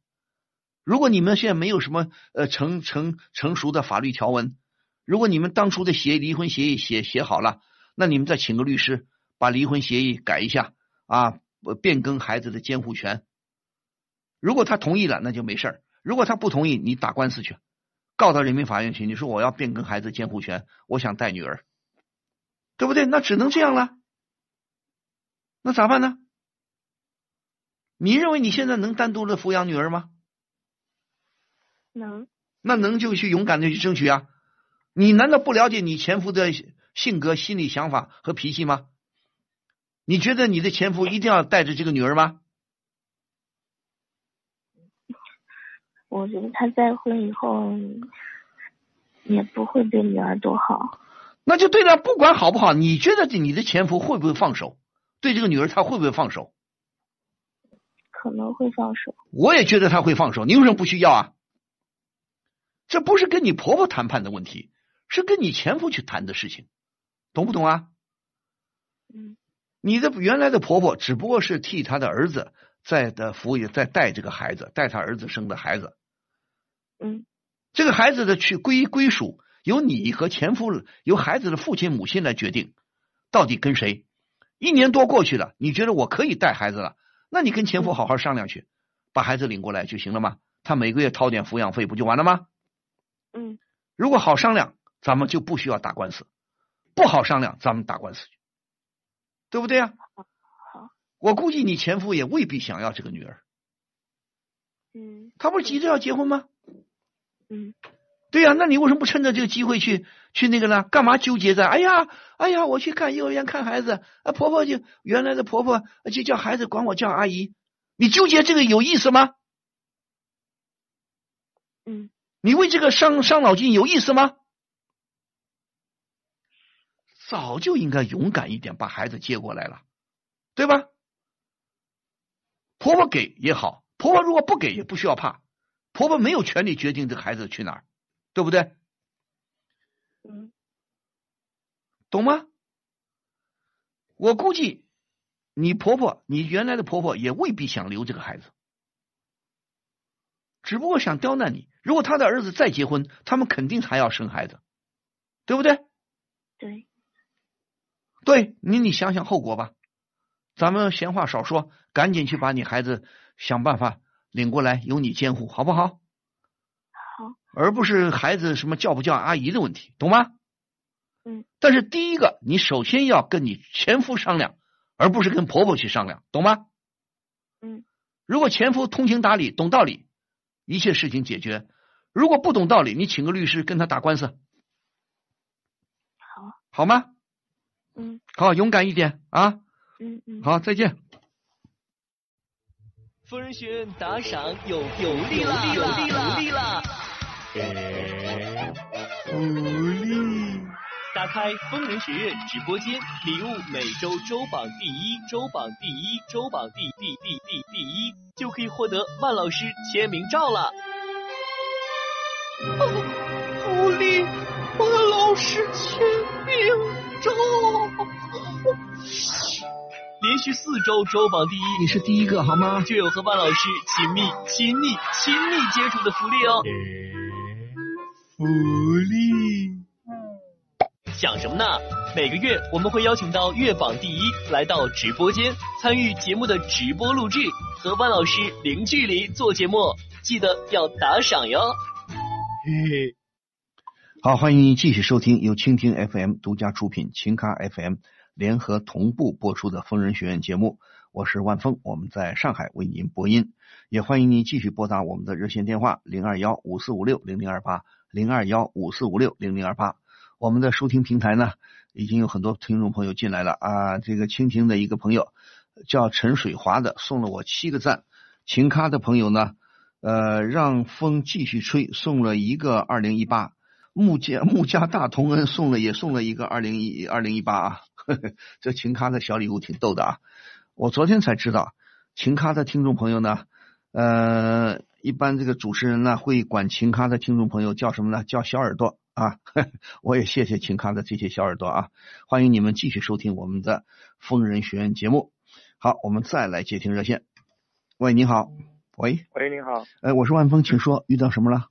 Speaker 2: 如果你们现在没有什么呃成成成熟的法律条文，如果你们当初的协离婚协议写写好了，那你们再请个律师把离婚协议改一下啊，呃变更孩子的监护权。如果他同意了，那就没事儿；如果他不同意，你打官司去。告到人民法院去，你说我要变更孩子监护权，我想带女儿，对不对？那只能这样了。那咋办呢？你认为你现在能单独的抚养女儿吗？
Speaker 9: 能
Speaker 2: 那能就去勇敢的去争取啊！你难道不了解你前夫的性格、心理想法和脾气吗？你觉得你的前夫一定要带着这个女儿吗？
Speaker 9: 我觉得他再婚以后也不会对女儿多好。
Speaker 2: 那就对了，不管好不好，你觉得你的前夫会不会放手？对这个女儿，他会不会放手？
Speaker 9: 可能会放手，
Speaker 2: 我也觉得他会放手，你为什么不去要啊？这不是跟你婆婆谈判的问题，是跟你前夫去谈的事情，懂不懂啊？
Speaker 9: 嗯
Speaker 2: 你的原来的婆婆只不过是替她的儿子在的服务业在带这个孩子，带她儿子生的孩子，
Speaker 9: 嗯
Speaker 2: 这个孩子的去归归属由你和前夫由孩子的父亲母亲来决定，到底跟谁。一年多过去了，你觉得我可以带孩子了，那你跟前夫好好商量去，把孩子领过来就行了吗？他每个月掏点抚养费不就完了吗？
Speaker 9: 嗯
Speaker 2: 如果好商量，咱们就不需要打官司；不好商量，咱们打官司去，对不对呀、
Speaker 9: 好
Speaker 2: 我估计你前夫也未必想要这个女儿，
Speaker 9: 嗯
Speaker 2: 他不是急着要结婚吗？
Speaker 9: 嗯
Speaker 2: 对呀、那你为什么不趁着这个机会去去那个呢？干嘛纠结在？哎呀，哎呀，我去看幼儿园看孩子，啊，婆婆就原来的婆婆就叫孩子管我叫阿姨，你纠结这个有意思吗？
Speaker 9: 嗯
Speaker 2: 你为这个伤伤脑筋有意思吗？早就应该勇敢一点，把孩子接过来了，对吧？婆婆给也好，婆婆如果不给也不需要怕，婆婆没有权利决定这个孩子去哪儿，对不对？
Speaker 9: 嗯
Speaker 2: 懂吗？我估计你婆婆，你原来的婆婆也未必想留这个孩子，只不过想刁难你。如果她的儿子再结婚，他们肯定还要生孩子，对不对？
Speaker 9: 对
Speaker 2: 对你，你想想后果吧。咱们闲话少说，赶紧去把你孩子想办法领过来，由你监护，好不好？
Speaker 9: 好
Speaker 2: 而不是孩子什么叫不叫阿姨的问题，懂吗？
Speaker 9: 嗯。
Speaker 2: 但是第一个，你首先要跟你前夫商量，而不是跟婆婆去商量，懂吗？
Speaker 9: 嗯。
Speaker 2: 如果前夫通情达理、懂道理，一切事情解决；如果不懂道理，你请个律师跟他打官司，
Speaker 9: 好
Speaker 2: 好吗？
Speaker 9: 嗯
Speaker 2: 好，勇敢一点啊！
Speaker 9: 嗯嗯
Speaker 2: 好，再见。
Speaker 6: 疯人学院打赏有有力了，有力了，有力了！打开疯人学院直播间，礼物每周周榜第一，周榜第一，周榜第第第第第一，就可以获得万老师签名照了。哦福利，万老师签名照。连续四周周榜第一，
Speaker 3: 你是第一个好吗？
Speaker 6: 就有和万老师亲密、亲密、亲密接触的福利哦。
Speaker 1: 福利。
Speaker 6: 想什么呢？每个月我们会邀请到月榜第一来到直播间，参与节目的直播录制，和万老师零距离做节目，记得要打赏哟。
Speaker 2: 好，欢迎继续收听由蜻蜓 FM 独家出品、秦咖 FM 联合同步播出的《疯人学院》节目，我是万峰，我们在上海为您播音，也欢迎您继续拨打我们的热线电话零二幺五四五六零零二八零二幺五四五六零零二八。我们的收听平台呢，已经有很多听众朋友进来了啊，这个蜻蜓的一个朋友叫陈水华的送了我七个赞，秦咖的朋友呢，呃，让风继续吹送了一个二零一八。穆家穆家大同恩送了也送了一个二零一二零一八啊， 呵呵这秦咖的小礼物挺逗的啊！我昨天才知道，秦咖的听众朋友呢，呃，一般这个主持人呢会管秦咖的听众朋友叫什么呢？叫小耳朵啊！ 呵呵我也谢谢秦咖的这些小耳朵啊！欢迎你们继续收听我们的疯人学院节目。好，我们再来接听热线。喂，你好，喂，
Speaker 11: 喂，你好，
Speaker 2: 呃，我是万峰，请说，遇到什么了？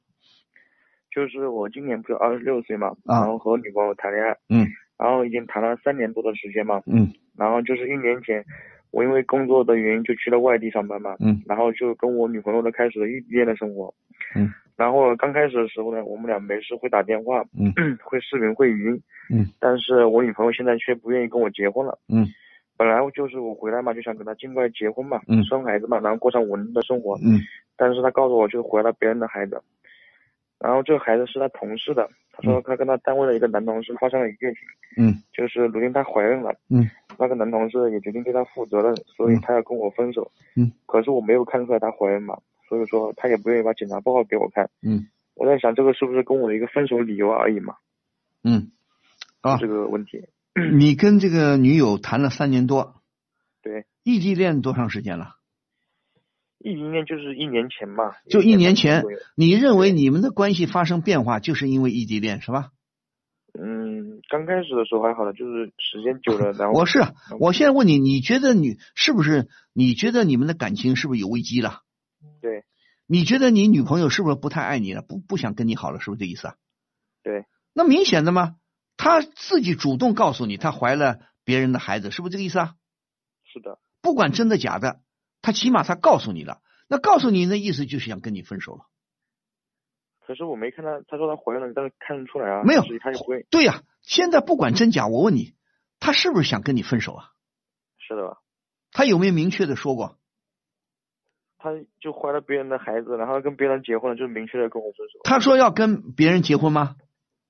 Speaker 11: 就是我今年不是二十六岁嘛，
Speaker 2: 啊
Speaker 11: 然后和女朋友谈恋爱，
Speaker 2: 嗯，
Speaker 11: 然后已经谈了三年多的时间嘛，
Speaker 2: 嗯
Speaker 11: 然后就是一年前，我因为工作的原因就去了外地上班嘛，
Speaker 2: 嗯
Speaker 11: 然后就跟我女朋友呢开始了异地恋的生活，
Speaker 2: 嗯，
Speaker 11: 然后刚开始的时候呢，我们俩没事会打电话，
Speaker 2: 嗯，
Speaker 11: 会视频会语音，
Speaker 2: 嗯，
Speaker 11: 但是我女朋友现在却不愿意跟我结婚了，
Speaker 2: 嗯，
Speaker 11: 本来就是我回来嘛，就想跟她尽快结婚嘛，
Speaker 2: 嗯
Speaker 11: 生孩子嘛，然后过上稳定的生活，
Speaker 2: 嗯
Speaker 11: 但是他告诉我就是怀了别人的孩子，然后这个孩子是他同事的，他说他跟他单位的一个男同事发生了一夜情，
Speaker 2: 嗯
Speaker 11: 就是如今她怀孕了，
Speaker 2: 嗯，
Speaker 11: 那个男同事也决定对她负责任，所以
Speaker 2: 嗯
Speaker 11: 他要跟我分手，
Speaker 2: 嗯，
Speaker 11: 可是我没有看出来她怀孕嘛，所以说他也不愿意把检查报告给我看，
Speaker 2: 嗯
Speaker 11: 我在想这个是不是跟我的一个分手理由而已嘛，
Speaker 2: 嗯，啊，
Speaker 11: 这个问题，
Speaker 2: 你跟这个女友谈了三年多，
Speaker 11: 对，
Speaker 2: 异地恋多长时间了？
Speaker 11: 一零年就是一年前嘛，
Speaker 2: 就一年前
Speaker 11: 左右，
Speaker 2: 你认为你们的关系发生变化，就是因为异地恋是吧？
Speaker 11: 嗯，刚开始的时候还好的，就是时间久了，然后嗯
Speaker 2: 我是啊，我现在问你，你觉得你是不是？你觉得你们的感情是不是有危机了？
Speaker 11: 对
Speaker 2: 你觉得你女朋友是不是不太爱你了？不不想跟你好了，是不是这意思啊？
Speaker 11: 对，
Speaker 2: 那明显的嘛，她自己主动告诉你，她怀了别人的孩子，是不是这个意思啊？
Speaker 11: 是的，
Speaker 2: 不管真的假的，她起码她告诉你了。那告诉你的意思就是想跟你分手了，
Speaker 11: 可是我没看他，他说他怀孕了，但是看得出来啊，
Speaker 2: 没有
Speaker 11: 所以他也不会，
Speaker 2: 对呀、现在不管真假，我问你，她是不是想跟你分手啊？
Speaker 11: 是的吧？
Speaker 2: 她有没有明确的说过？
Speaker 11: 他就怀了别人的孩子，然后跟别人结婚了，就是明确的跟我分手。
Speaker 2: 她说要跟别人结婚吗？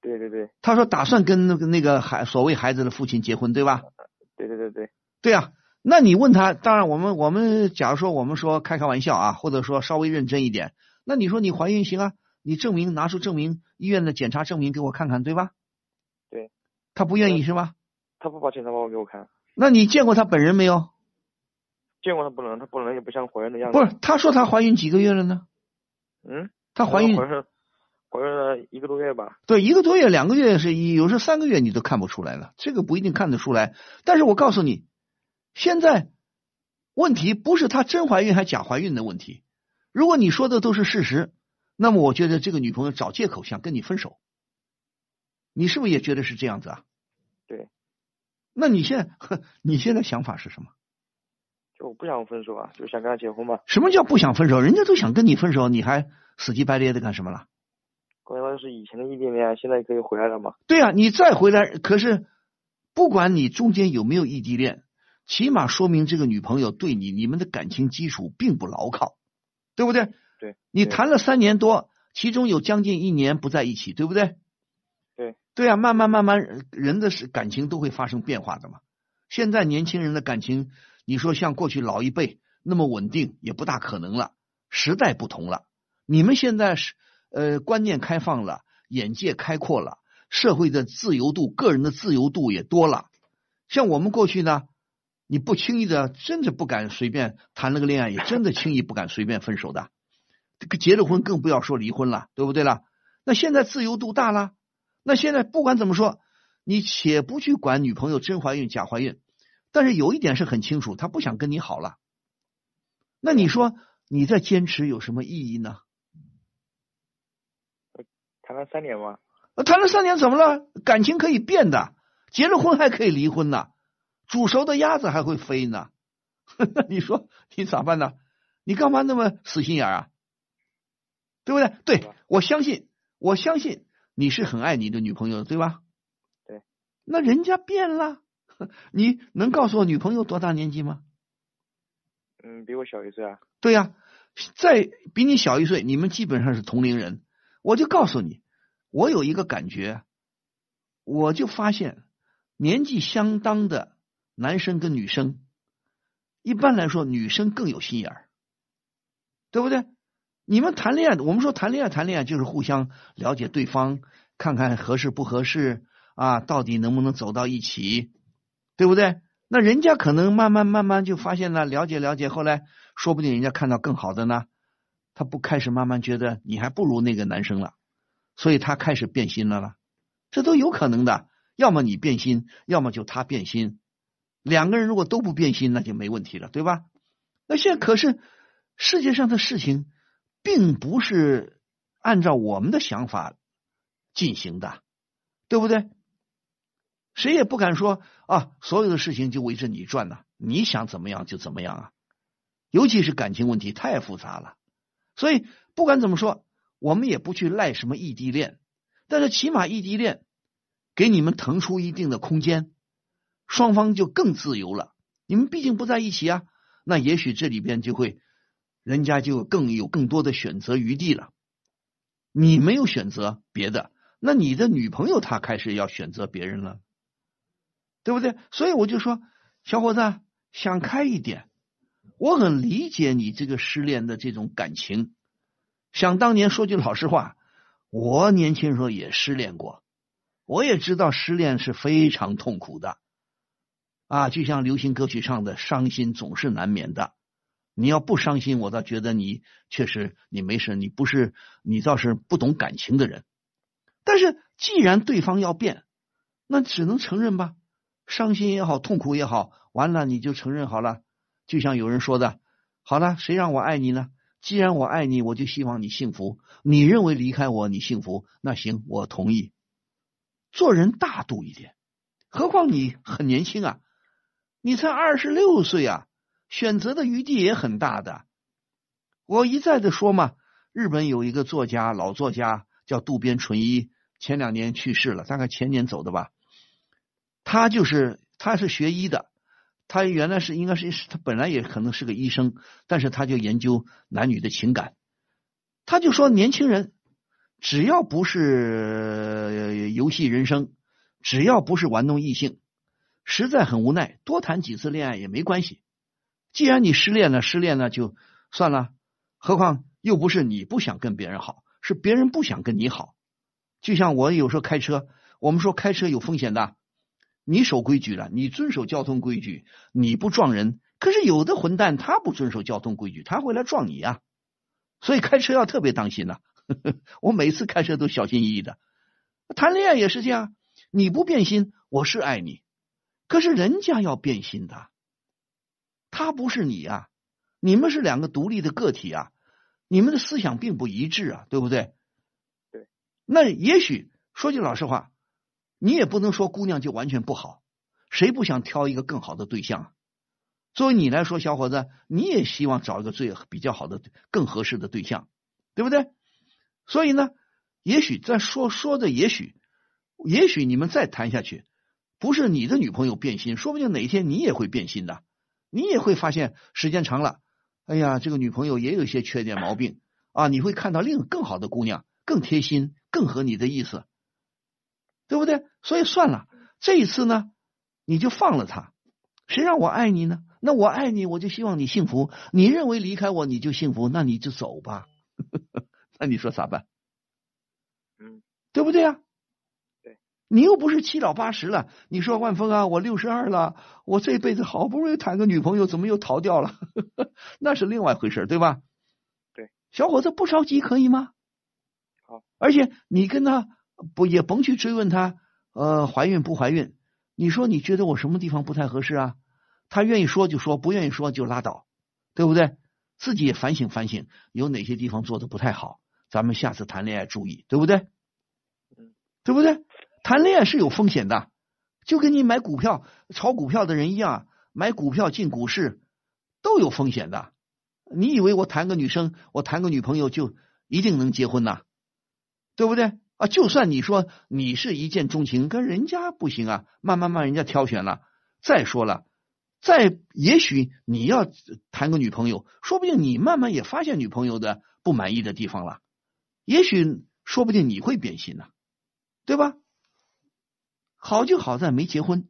Speaker 11: 对对对
Speaker 2: 她说打算跟那个那个孩所谓孩子的父亲结婚，对吧？
Speaker 11: 啊对对对对，
Speaker 2: 对啊，那你问他，当然我们我们假如说我们说开开玩笑啊，或者说稍微认真一点，那你说你怀孕行啊？你证明拿出证明，医院的检查证明给我看看，对吧？
Speaker 11: 对。
Speaker 2: 他不愿意是吧？
Speaker 11: 他不把检查报告给我看，
Speaker 2: 那你见过他本人没有？
Speaker 11: 见过他不能，他不能也不像怀孕的样子。
Speaker 2: 不是，，他说他怀孕几个月了呢？
Speaker 11: 嗯，
Speaker 2: 她怀孕
Speaker 11: 怀孕怀孕了一个多月吧？
Speaker 2: 对，一个多月、两个月是一，有时候三个月你都看不出来了，这个不一定看得出来。但是我告诉你，现在问题不是她真怀孕还假怀孕的问题。如果你说的都是事实，那么我觉得这个女朋友找借口想跟你分手，你是不是也觉得是这样子啊？
Speaker 11: 对。
Speaker 2: 那你现在， 呵你现在想法是什么？
Speaker 11: 就我不想分手啊，就想跟他结婚嘛。
Speaker 2: 什么叫不想分手？人家都想跟你分手，你还死乞白咧的干什么了？
Speaker 11: 关键他是以前的异地恋啊，现在可以回来了嘛？
Speaker 2: 对啊，你再回来，可是不管你中间有没有异地恋，起码说明这个女朋友对你你们的感情基础并不牢靠，对不对？
Speaker 11: 对，
Speaker 2: 你
Speaker 11: 对
Speaker 2: 谈了三年多，其中有将近一年不在一起，对不对？
Speaker 11: 对，
Speaker 2: 对啊，慢慢慢慢，呃人的是感情都会发生变化的嘛。现在年轻人的感情，你说像过去老一辈那么稳定，也不大可能了。时代不同了，你们现在是呃观念开放了，眼界开阔了，社会的自由度、个人的自由度也多了。像我们过去呢，你不轻易的，真的不敢随便谈了个恋爱，也真的轻易不敢随便分手的。这个结了婚更不要说离婚了，对不对啦？那现在自由度大了，那现在不管怎么说，你且不去管女朋友真怀孕假怀孕，但是有一点是很清楚，她不想跟你好了。那你说你再坚持有什么意义呢？
Speaker 11: 谈了三年嘛，
Speaker 2: 呃谈了三年怎么了？感情可以变的，结了婚还可以离婚呢，煮熟的鸭子还会飞呢。 那你说你咋办呢？你干嘛那么死心眼儿啊？对不对？对我相信，我相信你是很爱你的女朋友的，对吧？
Speaker 11: 对。
Speaker 2: 那人家变了， 你能告诉我女朋友多大年纪吗？
Speaker 11: 嗯，比我小一岁啊。
Speaker 2: 对呀、在比你小一岁，你们基本上是同龄人。我就告诉你，我有一个感觉，我就发现年纪相当的男生跟女生，一般来说女生更有心眼儿，对不对？你们谈恋爱，我们说谈恋爱，谈恋爱就是互相了解对方，看看合适不合适啊，到底能不能走到一起，对不对？那人家可能慢慢慢慢就发现了，了解了解，后来说不定人家看到更好的呢，他不开始慢慢觉得你还不如那个男生了，所以他开始变心了啦，这都有可能的。要么你变心，要么就他变心，两个人如果都不变心，那就没问题了，对吧？那现在可是世界上的事情，并不是按照我们的想法进行的，对不对？谁也不敢说啊，所有的事情就围着你转呐、你想怎么样就怎么样啊。尤其是感情问题太复杂了，所以不管怎么说，我们也不去赖什么异地恋，但是起码异地恋给你们腾出一定的空间，双方就更自由了。你们毕竟不在一起啊，那也许这里边就会人家就更有更多的选择余地了。你没有选择别的，那你的女朋友她开始要选择别人了。对不对？所以我就说，小伙子，想开一点。我很理解你这个失恋的这种感情。想当年，说句老实话，我年轻时候也失恋过，我也知道失恋是非常痛苦的。啊，就像流行歌曲唱的，伤心总是难免的。你要不伤心，我倒觉得你确实你没事，你不是你倒是不懂感情的人。但是既然对方要变，那只能承认吧，伤心也好，痛苦也好，完了你就承认好了。就像有人说的，好了，谁让我爱你呢？既然我爱你，我就希望你幸福。你认为离开我你幸福，那行，我同意。做人大度一点，何况你很年轻啊，你才二十六岁啊，选择的余地也很大的。我一再的说嘛，日本有一个作家，老作家叫渡边淳一，前两年去世了，大概前年走的吧。他就是他是学医的。他原来是应该是他本来也可能是个医生，但是他就研究男女的情感。他就说，年轻人只要不是游戏人生，只要不是玩弄异性，实在很无奈，多谈几次恋爱也没关系。既然你失恋了，失恋了就算了，何况又不是你不想跟别人好，是别人不想跟你好。就像我有时候开车，我们说开车有风险的。你守规矩了，你遵守交通规矩，你不撞人。可是有的混蛋他不遵守交通规矩，他会来撞你啊！所以开车要特别当心呐、 啊。我每次开车都小心翼翼的。谈恋爱也是这样，你不变心，我是爱你，可是人家要变心的，他不是你啊，你们是两个独立的个体啊，你们的思想并不一致啊，对不对？
Speaker 11: 对。
Speaker 2: 那也许说句老实话。你也不能说姑娘就完全不好，谁不想挑一个更好的对象、啊？作为你来说，小伙子，你也希望找一个最比较好的、更合适的对象，对不对？所以呢，也许再说说的，也许，也许你们再谈下去，不是你的女朋友变心，说不定哪一天你也会变心的，你也会发现时间长了，哎呀，这个女朋友也有一些缺点毛病啊，你会看到另更好的姑娘，更贴心，更合你的意思。对不对？所以算了，这一次呢，你就放了他。谁让我爱你呢？那我爱你，我就希望你幸福。你认为离开我你就幸福，那你就走吧。 那你说咋办？
Speaker 11: 嗯，
Speaker 2: 对不对啊？
Speaker 11: 对，
Speaker 2: 你又不是七老八十了。你说万峰啊，我六十二了，我这辈子好不容易谈个女朋友，怎么又逃掉了？ 那是另外回事，对吧？
Speaker 11: 对，
Speaker 2: 小伙子不着急可以吗？
Speaker 11: 好，
Speaker 2: 而且你跟他。不也甭去追问她，呃，怀孕不怀孕？你说你觉得我什么地方不太合适啊？她愿意说就说，不愿意说就拉倒，对不对？自己也反省反省，有哪些地方做的不太好，咱们下次谈恋爱注意，对不对？
Speaker 11: 嗯，
Speaker 2: 对不对？谈恋爱是有风险的，就跟你买股票、炒股票的人一样，买股票进股市都有风险的。你以为我谈个女生，我谈个女朋友就一定能结婚呐、啊？对不对？啊，就算你说你是一见钟情，跟人家不行啊，慢慢慢人家挑选了。再说了，再也许你要谈个女朋友，说不定你慢慢也发现女朋友的不满意的地方了，也许说不定你会变心呢、啊，对吧？好就好在没结婚，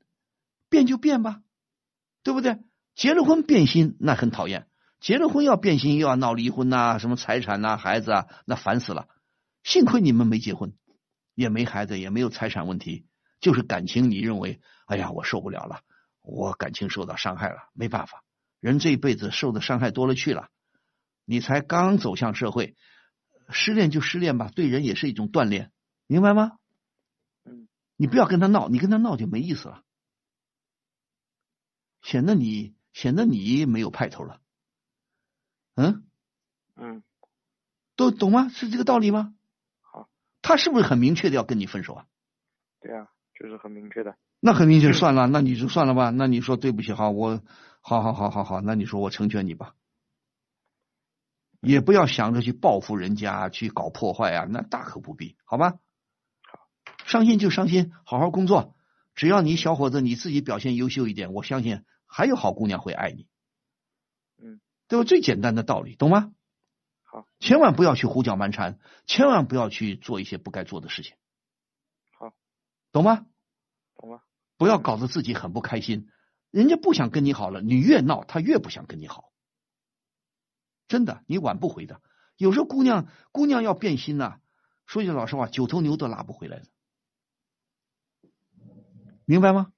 Speaker 2: 变就变吧，对不对？结了婚变心那很讨厌，结了婚要变心又要闹离婚呐、啊，什么财产呐、啊、孩子啊，那烦死了。幸亏你们没结婚，也没孩子，也没有财产问题，就是感情。你认为，哎呀，我受不了了，我感情受到伤害了，没办法，人这一辈子受的伤害多了去了。你才刚走向社会，失恋就失恋吧，对人也是一种锻炼，明白吗？
Speaker 11: 嗯，
Speaker 2: 你不要跟他闹，你跟他闹就没意思了，显得你显得你没有派头了。嗯
Speaker 11: 嗯，
Speaker 2: 都懂吗？是这个道理吗？他是不是很明确的要跟你分手啊？
Speaker 11: 对啊，就是很明确的。
Speaker 2: 那很明确，算了，那你就算了吧。那你说对不起，好，我好好好好好，那你说我成全你吧。也不要想着去报复人家，去搞破坏啊，那大可不必，好吧？
Speaker 11: 好，
Speaker 2: 伤心就伤心，好好工作。只要你小伙子你自己表现优秀一点，我相信还有好姑娘会爱你。
Speaker 11: 嗯，
Speaker 2: 对吧？最简单的道理，懂吗？
Speaker 11: 好，
Speaker 2: 千万不要去胡搅蛮缠，千万不要去做一些不该做的事情。
Speaker 11: 好，
Speaker 2: 懂吗？
Speaker 11: 懂了。
Speaker 2: 不要搞得自己很不开心，人家不想跟你好了，你越闹，他越不想跟你好。真的，你挽不回的。有时候姑娘姑娘要变心呐、啊，说句老实话，九头牛都拉不回来的，明白吗？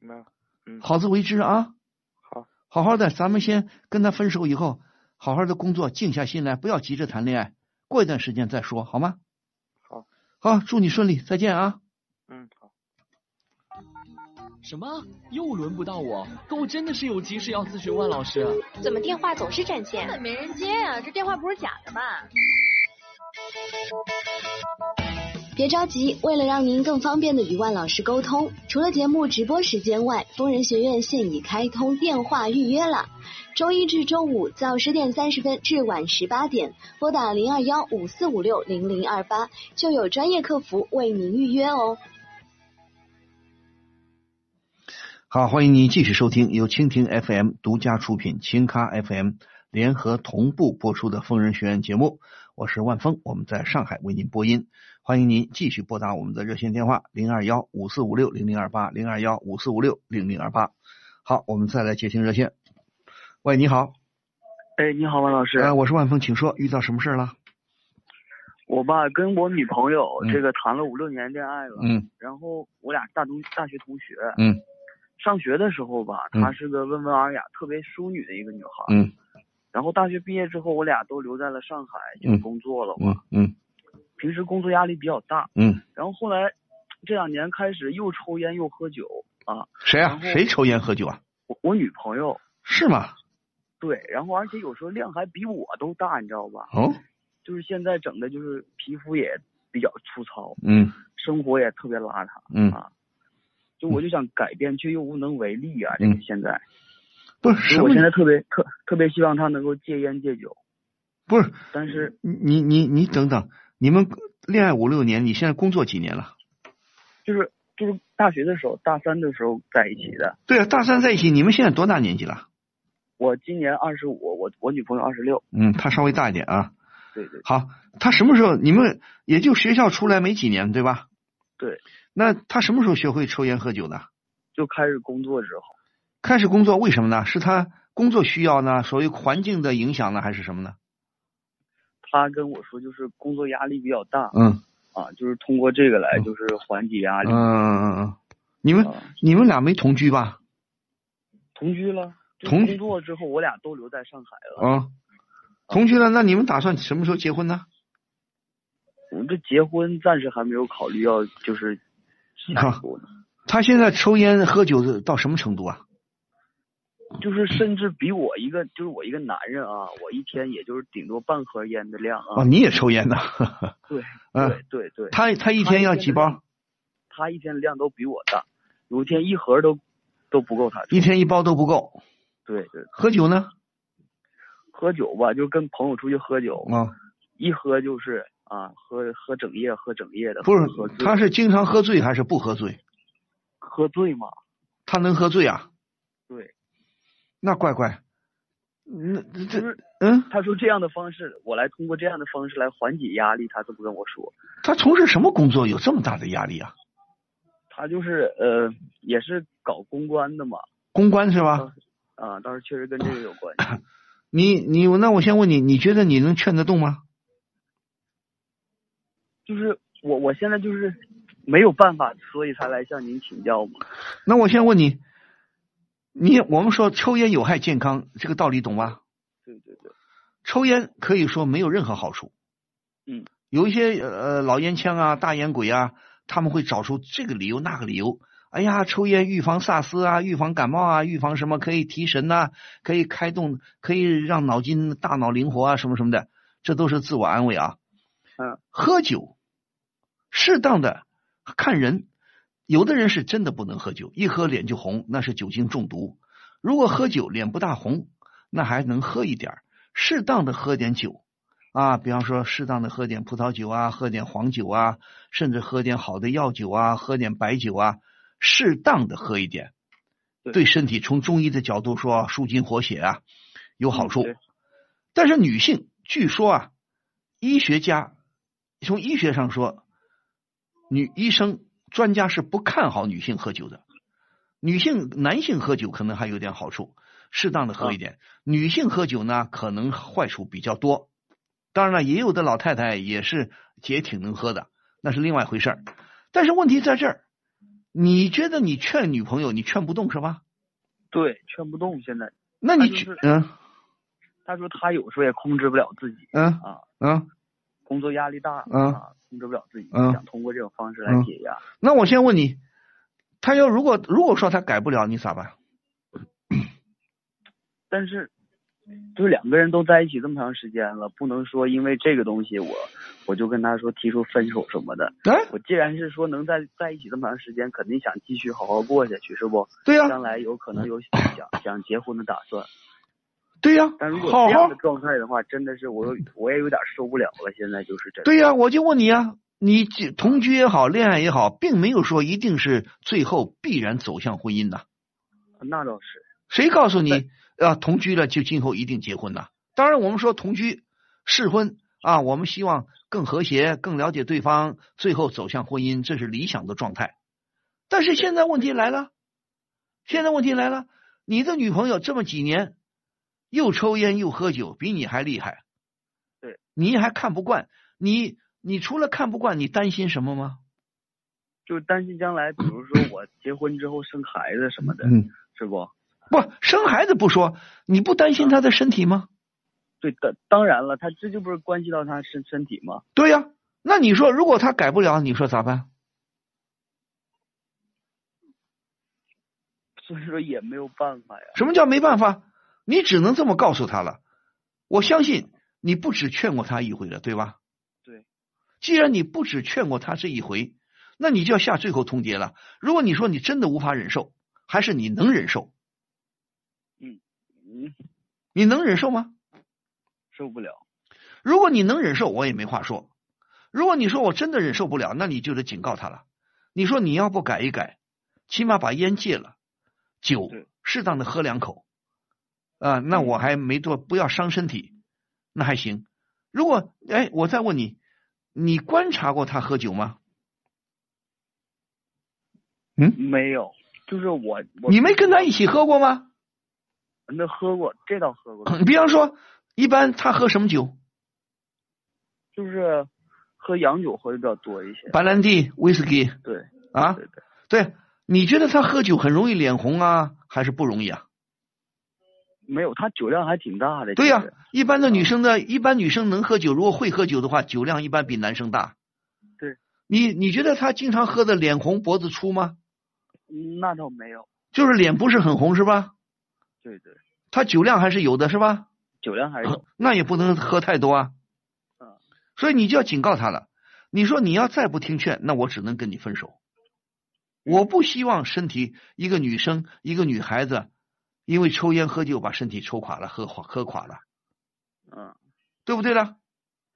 Speaker 11: 明白了。嗯。
Speaker 2: 好自为之啊。
Speaker 11: 好。
Speaker 2: 好好的，咱们先跟他分手以后，好好的工作，静下心来，不要急着谈恋爱，过一段时间再说，好吗？
Speaker 11: 好，
Speaker 2: 好，祝你顺利，再见啊！
Speaker 11: 嗯，好。
Speaker 6: 什么？又轮不到我？可我真的是有急事要咨询万老师。啊
Speaker 7: 怎么电话总是占线？根本没人接啊！这电话不是假的吧？
Speaker 8: 别着急，为了让您更方便的与万老师沟通，除了节目直播时间外，疯人学院现已开通电话预约了。周一至周五早十点三十分至晚十八点，拨打零二幺五四五六零零二八，就有专业客服为您预约哦。
Speaker 2: 好，欢迎您继续收听由蜻蜓 FM 独家出品、青咖 FM 联合同步播出的《疯人学院》节目，我是万峰，我们在上海为您播音。欢迎您继续拨打我们的热线电话零二幺五四五六零零二八零二幺五四五六零零二八。好，我们再来接听热线。喂，你好，
Speaker 12: 哎，你好，王老师。
Speaker 2: 呃，我是万峰，请说，遇到什么事儿了？
Speaker 12: 我吧跟我女朋友
Speaker 2: 嗯
Speaker 12: 这个谈了五六年恋爱了，
Speaker 2: 嗯
Speaker 12: 然后我俩大同大学同学，
Speaker 2: 嗯
Speaker 12: 上学的时候吧，
Speaker 2: 嗯
Speaker 12: 她是个温文尔雅、特别淑女的一个女孩。
Speaker 2: 嗯
Speaker 12: 然后大学毕业之后，我俩都留在了上海就
Speaker 2: 嗯
Speaker 12: 工作了，
Speaker 2: 嗯嗯
Speaker 12: 平时工作压力比较大。
Speaker 2: 嗯，
Speaker 12: 然后后来这两年开始又抽烟又喝酒啊，
Speaker 2: 谁
Speaker 12: 然
Speaker 2: 啊？
Speaker 12: 后
Speaker 2: 谁抽烟喝酒啊？
Speaker 12: 我我女朋友
Speaker 2: 是吗？
Speaker 12: 对，然后而且有时候量还比我都大，你知道吧？
Speaker 2: 哦，
Speaker 12: 就是现在整的就是皮肤也比较粗糙，
Speaker 2: 嗯
Speaker 12: 生活也特别邋遢。
Speaker 2: 嗯，
Speaker 12: 啊，就我就想改变，却又无能为力啊！这
Speaker 2: 嗯
Speaker 12: 个现在，
Speaker 2: 不是
Speaker 12: 所以
Speaker 2: 什
Speaker 12: 我
Speaker 2: 么
Speaker 12: 现？在特别特特别希望他能够戒烟戒酒，
Speaker 2: 不是
Speaker 12: 但是
Speaker 2: 你你你等等，你们恋爱五六年，你现在工作几年了？
Speaker 12: 就是就是大学的时候，大三的时候在一起的。
Speaker 2: 对啊，大三在一起，你们现在多大年纪了？
Speaker 12: 我今年二十五，我我女朋友二十六，
Speaker 2: 嗯，他稍微大一点啊。
Speaker 12: 对对
Speaker 2: 好，他什么时候你们也就学校出来没几年，对吧？
Speaker 12: 对，
Speaker 2: 那他什么时候学会抽烟喝酒的？
Speaker 12: 就开始工作之后，
Speaker 2: 开始工作为什么呢？是他工作需要呢？所谓环境的影响呢，还是什么呢？
Speaker 12: 她跟我说就是工作压力比较大
Speaker 2: 嗯
Speaker 12: 啊，就是通过这个来就是缓解压
Speaker 2: 嗯
Speaker 12: 力。啊
Speaker 2: 嗯嗯嗯，你们你们俩没同居吧？
Speaker 12: 同居了，就是
Speaker 2: 同居
Speaker 12: 工作之后我俩都留在上海了。
Speaker 2: 啊，同居了，那你们打算什么时候结婚呢？
Speaker 12: 我们这结婚暂时还没有考虑要就是下一步呢。
Speaker 2: 他现在抽烟喝酒的到什么程度啊？
Speaker 12: 就是甚至比我一个就是我一个男人啊，我一天也就是顶多半盒烟的量啊。
Speaker 2: 哦，你也抽烟呢？ 呵呵
Speaker 12: 对
Speaker 2: 嗯
Speaker 12: 对对对。
Speaker 2: 他他一天要几包？
Speaker 12: 他一天的量都比我大，有一天一盒都都不够他抽。
Speaker 2: 一天一包都不够。
Speaker 12: 对对，
Speaker 2: 喝酒呢？
Speaker 12: 喝酒吧，就跟朋友出去喝酒，
Speaker 2: 啊，
Speaker 12: 一喝就是啊，喝喝整夜，喝整夜的。
Speaker 2: 不是
Speaker 12: 喝，醉
Speaker 2: 他是经常喝醉还是不喝醉？
Speaker 12: 喝醉嘛？
Speaker 2: 他能喝醉啊？
Speaker 12: 对，
Speaker 2: 那怪怪。那
Speaker 12: 就
Speaker 2: 这
Speaker 12: 是
Speaker 2: 嗯，
Speaker 12: 他说这样的方式，我来通过这样的方式来缓解压力，他这么跟我说。
Speaker 2: 他从事什么工作有这么大的压力啊？
Speaker 12: 他就是呃，也是搞公关的嘛，
Speaker 2: 公关是吧？
Speaker 12: 啊，倒是确实跟这个有关系。
Speaker 2: 你你那我先问你，你觉得你能劝得动吗？
Speaker 12: 就是我我现在就是没有办法，所以才来向您请教嘛。
Speaker 2: 那我先问你，你我们说抽烟有害健康，这个道理懂吗？
Speaker 12: 对对对，
Speaker 2: 抽烟可以说没有任何好处。
Speaker 12: 嗯，
Speaker 2: 有一些呃老烟枪啊、大烟鬼啊，他们会找出这个理由那个理由。哎呀，抽烟预防萨斯啊，预防感冒啊，预防什么可以提神呐、可以开动，可以让脑筋大脑灵活啊，什么什么的，这都是自我安慰啊。
Speaker 12: 嗯，
Speaker 2: 喝酒，适当的看人，有的人是真的不能喝酒，一喝脸就红，那是酒精中毒。如果喝酒脸不大红，那还能喝一点儿适当的喝点酒啊，比方说适当的喝点葡萄酒啊，喝点黄酒啊，甚至喝点好的药酒啊，喝点白酒啊，适当的喝一点，
Speaker 12: 对
Speaker 2: 对身体从中医的角度说，舒筋活血啊，有好处
Speaker 12: 嗯对。
Speaker 2: 但是女性据说啊，医学家从医学上说，女医生专家是不看好女性喝酒的。女性、男性喝酒可能还有点好处，适当的喝一点。女性喝酒呢，可能坏处比较多。当然了，也有的老太太也是也挺能喝的，那是另外一回事儿。但是问题在这儿，你觉得你劝女朋友，你劝不动是吧？
Speaker 12: 对，劝不动现在。
Speaker 2: 那你觉嗯？
Speaker 12: 他说他有时候也控制不了自己，
Speaker 2: 嗯
Speaker 12: 啊，
Speaker 2: 嗯
Speaker 12: 工作压力大，
Speaker 2: 嗯
Speaker 12: 啊，控制不了自己，
Speaker 2: 嗯
Speaker 12: 想通过这种方式来
Speaker 2: 嗯
Speaker 12: 解压。
Speaker 2: 那我先问你，他要如果如果说他改不了，你咋办？
Speaker 12: 但是，就是两个人都在一起这么长时间了，不能说因为这个东西我我就跟他说提出分手什么的。
Speaker 2: 哎
Speaker 12: 我既然是说能在在一起这么长时间，肯定想继续好好过下去，是不？
Speaker 2: 对呀
Speaker 12: 将来有可能 有想想结婚的打算。
Speaker 2: 对呀、
Speaker 12: 但如果
Speaker 2: 好
Speaker 12: 这样
Speaker 2: 好
Speaker 12: 的，状态的话，真的是我有我也有点受不了了。现在就是这。
Speaker 2: 对呀、我就问你呀、你这同居也好，恋爱也好，并没有说一定是最后必然走向婚姻呐。
Speaker 12: 那倒是。
Speaker 2: 谁告诉你啊？同居了就今后一定结婚呐？当然，我们说同居适婚啊，我们希望更和谐、更了解对方，最后走向婚姻，这是理想的状态。但是现在问题来了，现在问题来了，你的女朋友这么几年又抽烟又喝酒，比你还厉害，
Speaker 12: 对，
Speaker 2: 你还看不惯，你你除了看不惯，你担心什么吗？
Speaker 12: 就是担心将来，比如说我结婚之后生孩子什么的，
Speaker 2: 嗯，
Speaker 12: 是不？
Speaker 2: 不生孩子不说，你不担心她的身体吗？
Speaker 12: 嗯对，当当然了，他这就不是关系到他身身体吗？
Speaker 2: 对呀、那你说如果他改不了，你说咋办？
Speaker 12: 所以说也没有办法呀。
Speaker 2: 什么叫没办法？你只能这么告诉他了。我相信你不止劝过他一回了，对吧？
Speaker 12: 对。
Speaker 2: 既然你不止劝过他这一回，那你就要下最后通牒了。如果你说你真的无法忍受，还是你能忍受？
Speaker 12: 嗯，
Speaker 2: 你能忍受吗？
Speaker 12: 受不了。
Speaker 2: 如果你能忍受，我也没话说。如果你说我真的忍受不了，那你就得警告他了。你说你要不改一改，起码把烟戒了，酒适当的喝两口，啊、
Speaker 12: 嗯
Speaker 2: 那我还没多不要伤身体，那还行。如果哎，我再问你，你观察过他喝酒吗？嗯，
Speaker 12: 没有，就是我我
Speaker 2: 你没跟他一起喝过吗？
Speaker 12: 那喝过，这倒喝过，
Speaker 2: 你比方说，一般他喝什么酒？
Speaker 12: 就是喝洋酒喝的比较多一些。
Speaker 2: 白兰地、威士忌
Speaker 12: 对，
Speaker 2: 啊？对，你觉得他喝酒很容易脸红啊，还是不容易啊？
Speaker 12: 没有，他酒量还挺大的。
Speaker 2: 对呀、
Speaker 12: 其实
Speaker 2: 一般的女生的，一般女生能喝酒，如果会喝酒的话，酒量一般比男生大。
Speaker 12: 对，
Speaker 2: 你你觉得她经常喝的脸红脖子粗吗？
Speaker 12: 嗯那倒没有。
Speaker 2: 就是脸不是很红是吧？
Speaker 12: 对对，
Speaker 2: 她酒量还是有的是吧？
Speaker 12: 酒量还是有。
Speaker 2: 那也不能喝太多啊。所以你就要警告他了。你说你要再不听劝，那我只能跟你分手。我不希望身体一个女生一个女孩子因为抽烟喝酒把身体抽垮了，喝垮喝垮了，啊
Speaker 12: 嗯，
Speaker 2: 对不对呢？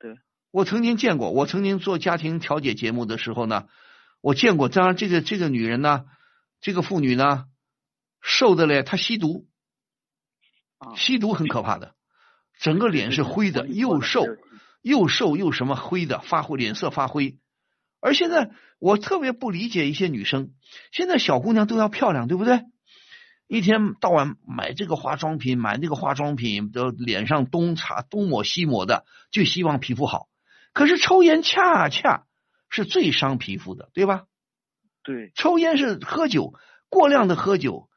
Speaker 12: 对，
Speaker 2: 我曾经见过，我曾经做家庭调解节目的时候呢，我见过，当然这个这个女人呢，这个妇女呢，瘦的嘞，她吸毒，吸毒很可怕的，整个脸是灰的，又瘦又瘦又什么灰的，发灰脸色发灰。而现在我特别不理解一些女生，现在小姑娘都要漂亮，对不对？一天到晚买这个化妆品，买那个化妆品，都脸上东擦东抹西抹的，就希望皮肤好。可是抽烟恰恰是最伤皮肤的，对吧？
Speaker 12: 对，
Speaker 2: 抽烟是喝酒，过量的喝酒，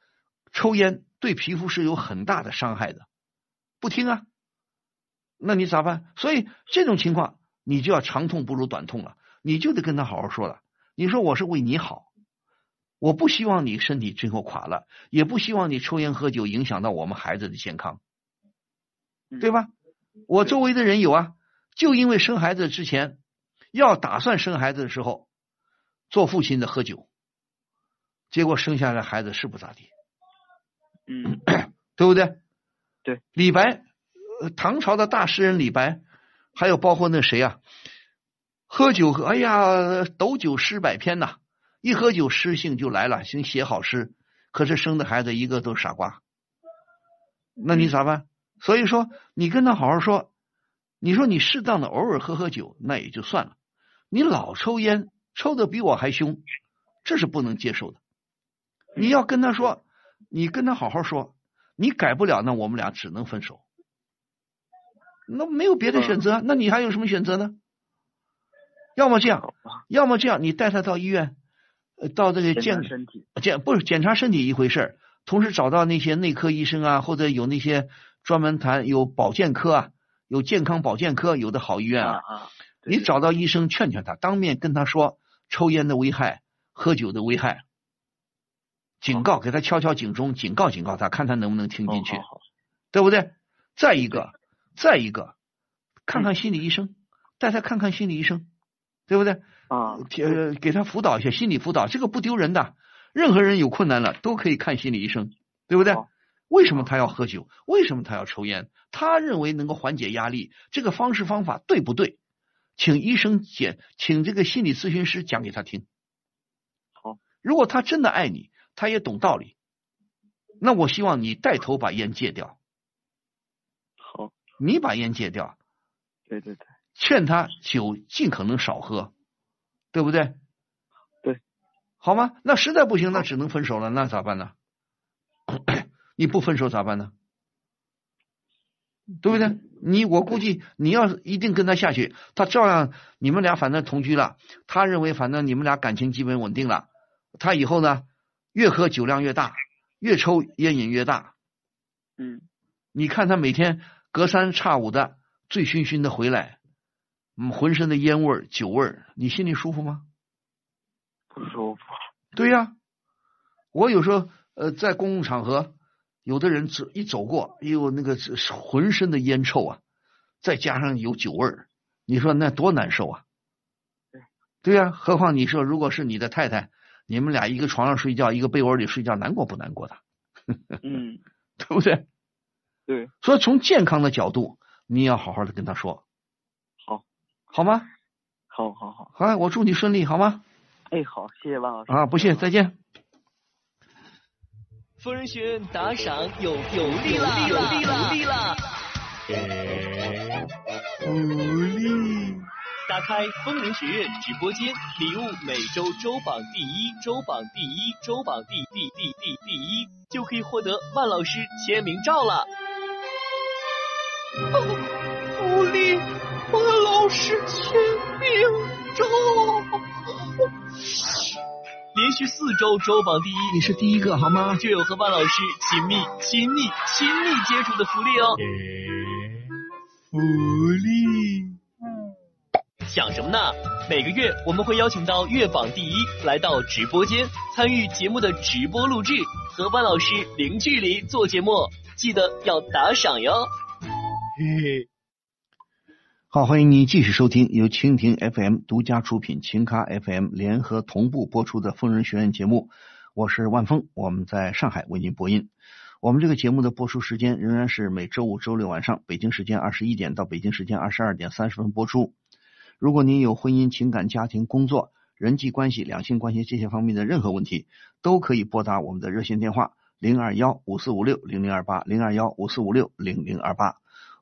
Speaker 2: 抽烟对皮肤是有很大的伤害的。不听啊，那你咋办？所以这种情况，你就要长痛不如短痛了，你就得跟他好好说了。你说我是为你好，我不希望你身体最后垮了，也不希望你抽烟喝酒影响到我们孩子的健康，对吧？我周围的人有啊，就因为生孩子之前要打算生孩子的时候，做父亲的喝酒，结果生下来孩子是不咋地，
Speaker 12: 嗯，
Speaker 2: 对不对？
Speaker 12: 对，
Speaker 2: 李白，呃唐朝的大诗人李白，还有包括那谁啊，喝酒喝，哎呀，斗酒诗百篇呐、一喝酒诗性就来了，想写好诗，可是生的孩子一个都是傻瓜，那你咋办？所以说，你跟他好好说，你说你适当的偶尔喝喝酒，那也就算了，你老抽烟，抽的比我还凶，这是不能接受的。你要跟他说，你跟他好好说，你改不了，那我们俩只能分手。那没有别的选择
Speaker 12: 嗯
Speaker 2: 啊，那你还有什么选择呢？要么这样，要么这样，你带他到医院，呃到这个
Speaker 12: 检查
Speaker 2: 健
Speaker 12: 身体
Speaker 2: 检不是检查身体一回事儿同时找到那些内科医生啊，或者有那些专门谈有保健科啊，有健康保健科，有的好医院啊，
Speaker 12: 啊，
Speaker 2: 你找到医生劝劝他，当面跟他说抽烟的危害、喝酒的危害，警告给他敲敲警钟，警告警告他，看他能不能
Speaker 12: 哦
Speaker 2: 听进去，对不对？再一个，再一个，看
Speaker 12: 嗯
Speaker 2: 看心理医生，带他看看心理医生，对不对？
Speaker 12: 啊，
Speaker 2: 呃，给他辅导一下，心理辅导这个不丢人的，任何人有困难了都可以看心理医生，对不对？为什么他要喝酒？为什么他要抽烟？他认为能够缓解压力，这个方式方法对不对？请医生讲，请这个心理咨询师讲给他听。
Speaker 12: 好，
Speaker 2: 如果他真的爱你，他也懂道理，那我希望你带头把烟戒掉。
Speaker 12: 好，
Speaker 2: 你把烟戒掉，
Speaker 12: 对对对，
Speaker 2: 劝他酒尽可能少喝，对不对？
Speaker 12: 对，
Speaker 2: 好吗？那实在不行，那只能分手了，那咋办呢？ 你不分手咋办呢？对不对？你我估计你要是一定跟他下去，他照样你们俩反正同居了，他认为反正你们俩感情基本稳定了，他以后呢越喝酒量越大，越抽烟瘾越大。
Speaker 12: 嗯，
Speaker 2: 你看他每天隔三差五的醉醺醺的回来，嗯，浑身的烟味儿、酒味儿，你心里舒服吗？
Speaker 12: 不舒服。
Speaker 2: 对呀、我有时候呃在公共场合，有的人走一走过，也有那个是浑身的烟臭啊，再加上有酒味儿，你说那多难受啊！对呀、何况你说如果是你的太太，你们俩一个床上睡觉，一个被窝里睡觉，难过不难过的，
Speaker 12: 嗯，
Speaker 2: 对不对？
Speaker 12: 对，
Speaker 2: 所以从健康的角度，你也要好好的跟他说，
Speaker 12: 好，
Speaker 2: 好吗？
Speaker 12: 好好好，
Speaker 2: 好，我祝你顺利，好吗？
Speaker 12: 哎，好，谢谢万老师
Speaker 2: 啊，不谢，再见。
Speaker 6: 疯人学院打赏有有力啦，有力啦，有力啦！
Speaker 1: 福利。
Speaker 6: 打开疯人学院直播间，礼物每周周榜第一，周榜第一，周榜第第第第第一，就可以获得万老师签名照了。
Speaker 13: 福利，万老师签名照。
Speaker 6: 连续四周周榜第一，你是第一个好吗？就有和万老师亲密、亲密、亲密接触的福利哦。
Speaker 1: 福利。
Speaker 6: 想什么呢？每个月我们会邀请到月榜第一来到直播间，参与节目的直播录制，和万老师零距离做节目，记得要打赏哟。
Speaker 2: 好，欢迎你继续收听由蜻蜓 FM 独家出品、琴咖 FM 联合同步播出的《疯人学院》节目，我是万峰，我们在上海为您播音。我们这个节目的播出时间仍然是每周五、周六晚上北京时间二十一点到北京时间二十二点三十分播出。如果您有婚姻、情感、家庭、工作、人际关系、两性关系这些方面的任何问题，都可以拨打我们的热线电话零二幺五四五六零零二八零二幺五四五六零零二八。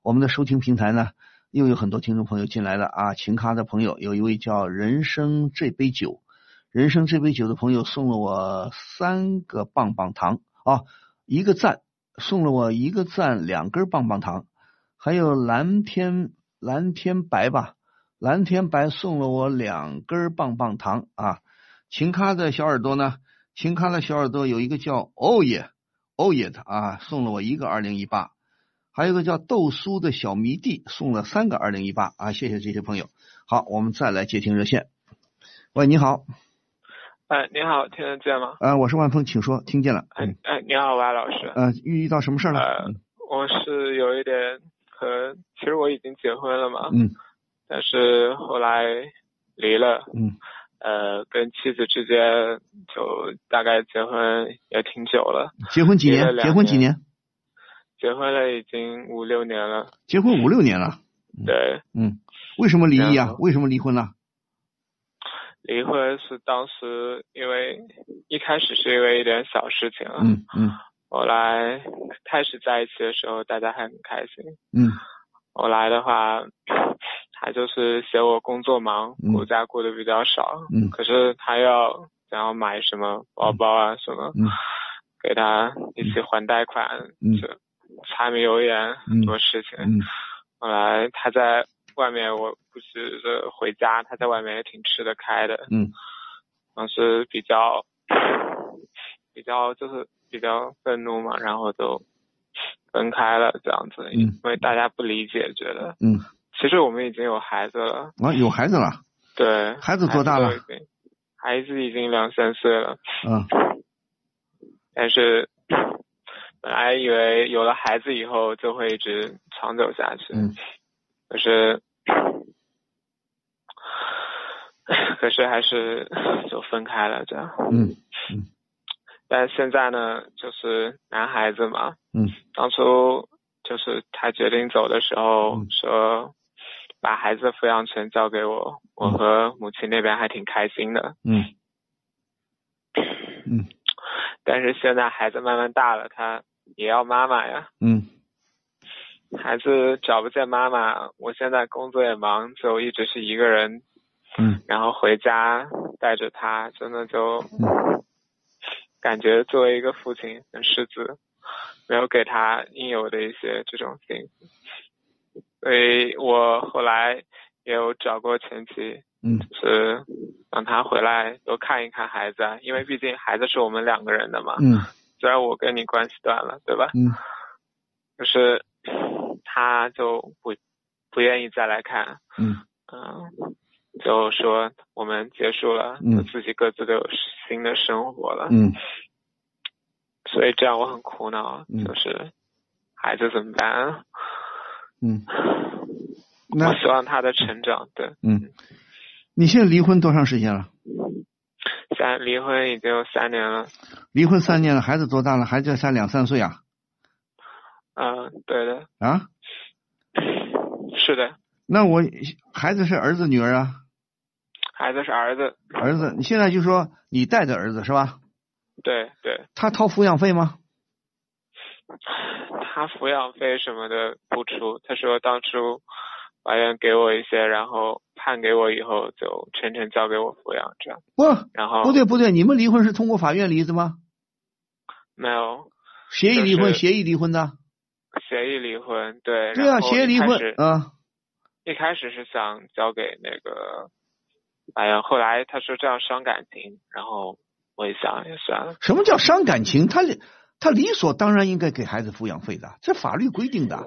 Speaker 2: 我们的收听平台呢，又有很多听众朋友进来了啊！琴咖的朋友有一位叫“人生这杯酒”，“人生这杯酒”的朋友送了我三个棒棒糖啊，一个赞，送了我一个赞，两根棒棒糖，还有蓝天蓝天白吧，蓝天白送了我两根棒棒糖啊！琴咖的小耳朵呢，琴咖的小耳朵有一个叫“哦耶哦耶”的啊，送了我一个二零一八。还有一个叫豆酥的小迷弟送了三个二零一八啊，谢谢这些朋友。好，我们再来接听热线。喂，你好，
Speaker 14: 哎，你好，听得见吗？
Speaker 2: 呃，我是万峰，请说，听见了。嗯，
Speaker 14: 哎，呃你好，瓦老师。
Speaker 2: 呃，遇到什么事儿了？嗯
Speaker 14: 我是有一点和，其实我已经结婚了嘛，
Speaker 2: 嗯
Speaker 14: 但是后来离了，
Speaker 2: 嗯
Speaker 14: 呃，跟妻子之间就大概结婚也挺久了，
Speaker 2: 结婚几
Speaker 14: 离了
Speaker 2: 年？
Speaker 14: 两
Speaker 2: 结婚几？年？
Speaker 14: 结婚了已经五六年了，
Speaker 2: 结婚五六年了。
Speaker 14: 对，
Speaker 2: 嗯，为什么离异啊？为什么离婚了？
Speaker 14: 离婚是当时因为一开始是因为一点小事情，啊
Speaker 2: 嗯嗯
Speaker 14: 后来开始在一起的时候大家还很开心，
Speaker 2: 嗯
Speaker 14: 后来的话，他就是嫌我工作忙，
Speaker 2: 嗯
Speaker 14: 顾家顾的比较少，
Speaker 2: 嗯
Speaker 14: 可是他要想要买什么包包啊什么，
Speaker 2: 嗯
Speaker 14: 给他一起还贷款，
Speaker 2: 嗯
Speaker 14: 就柴米油盐很多事情。
Speaker 2: 嗯
Speaker 14: 后来他在外面，我不是这回家，他在外面也挺吃嗯得开的，
Speaker 2: 嗯
Speaker 14: 当时比较比较就是比较愤怒嘛，然后就分开了这样子，因为大家不理解，觉得
Speaker 2: 嗯，
Speaker 14: 其实我们已经有孩子了，
Speaker 2: 啊，有孩子了，
Speaker 14: 对，
Speaker 2: 孩子多大了
Speaker 14: 孩子都已经？孩子已经两三岁了，
Speaker 2: 嗯，
Speaker 14: 但是本来以为有了孩子以后就会一直长久下去，
Speaker 2: 嗯，
Speaker 14: 可是， 可是还是就分开了这样。
Speaker 2: 嗯
Speaker 14: 但现在呢，就是男孩子嘛，
Speaker 2: 嗯，
Speaker 14: 当初就是他决定走的时候、
Speaker 2: 嗯
Speaker 14: 说，把孩子的抚养权交给我，我和母亲那边还挺开心的。
Speaker 2: 嗯
Speaker 14: 但是现在孩子慢慢大了，他也要妈妈呀，
Speaker 2: 嗯
Speaker 14: 孩子找不见妈妈，我现在工作也忙，就一直是一个人，
Speaker 2: 嗯，
Speaker 14: 然后回家带着他，真的就，
Speaker 2: 嗯
Speaker 14: 感觉作为一个父亲很失职，没有给他应有的一些这种幸福，所以我后来也有找过前妻，
Speaker 2: 嗯
Speaker 14: 就是让他回来多看一看孩子，啊，因为毕竟孩子是我们两个人的嘛，
Speaker 2: 嗯
Speaker 14: 虽然我跟你关系断了，对吧？
Speaker 2: 嗯
Speaker 14: 就是他就不不愿意再来看，
Speaker 2: 嗯
Speaker 14: 嗯，就说我们结束了，
Speaker 2: 嗯
Speaker 14: 自己各自都有新的生活了，
Speaker 2: 嗯
Speaker 14: 所以这样我很苦恼，
Speaker 2: 嗯
Speaker 14: 就是孩子怎么办啊？
Speaker 2: 嗯，那
Speaker 14: 我希望他的成长，对，
Speaker 2: 嗯，你现在离婚多长时间了？
Speaker 14: 现在离婚已经有三年了，
Speaker 2: 离婚三年了，孩子多大了？孩子才两三岁啊？
Speaker 14: 嗯，对的，
Speaker 2: 啊？
Speaker 14: 是的，
Speaker 2: 那我孩子是儿子女儿啊？
Speaker 14: 孩子是儿子，
Speaker 2: 儿子，你现在就说你带着儿子是吧？
Speaker 14: 对对，
Speaker 2: 他掏抚养费吗？
Speaker 14: 他抚养费什么的不出，他说当初法院给我一些，然后判给我以后就全程交给我抚养，这样。
Speaker 2: 不，
Speaker 14: 然后
Speaker 2: 不对不对，你们离婚是通过法院离的吗？
Speaker 14: 没有
Speaker 2: 协议离婚，
Speaker 14: 就是
Speaker 2: 协议离婚的。
Speaker 14: 协议离婚，对。
Speaker 2: 对啊，
Speaker 14: 然后
Speaker 2: 协议离
Speaker 14: 一开
Speaker 2: 婚
Speaker 14: 始
Speaker 2: 啊，
Speaker 14: 一开始是想交给那个法院，后来他说这样伤感情，然后我一想也算了。
Speaker 2: 什么叫伤感情？他理他理所当然应该给孩子抚养费的，这法律规定的。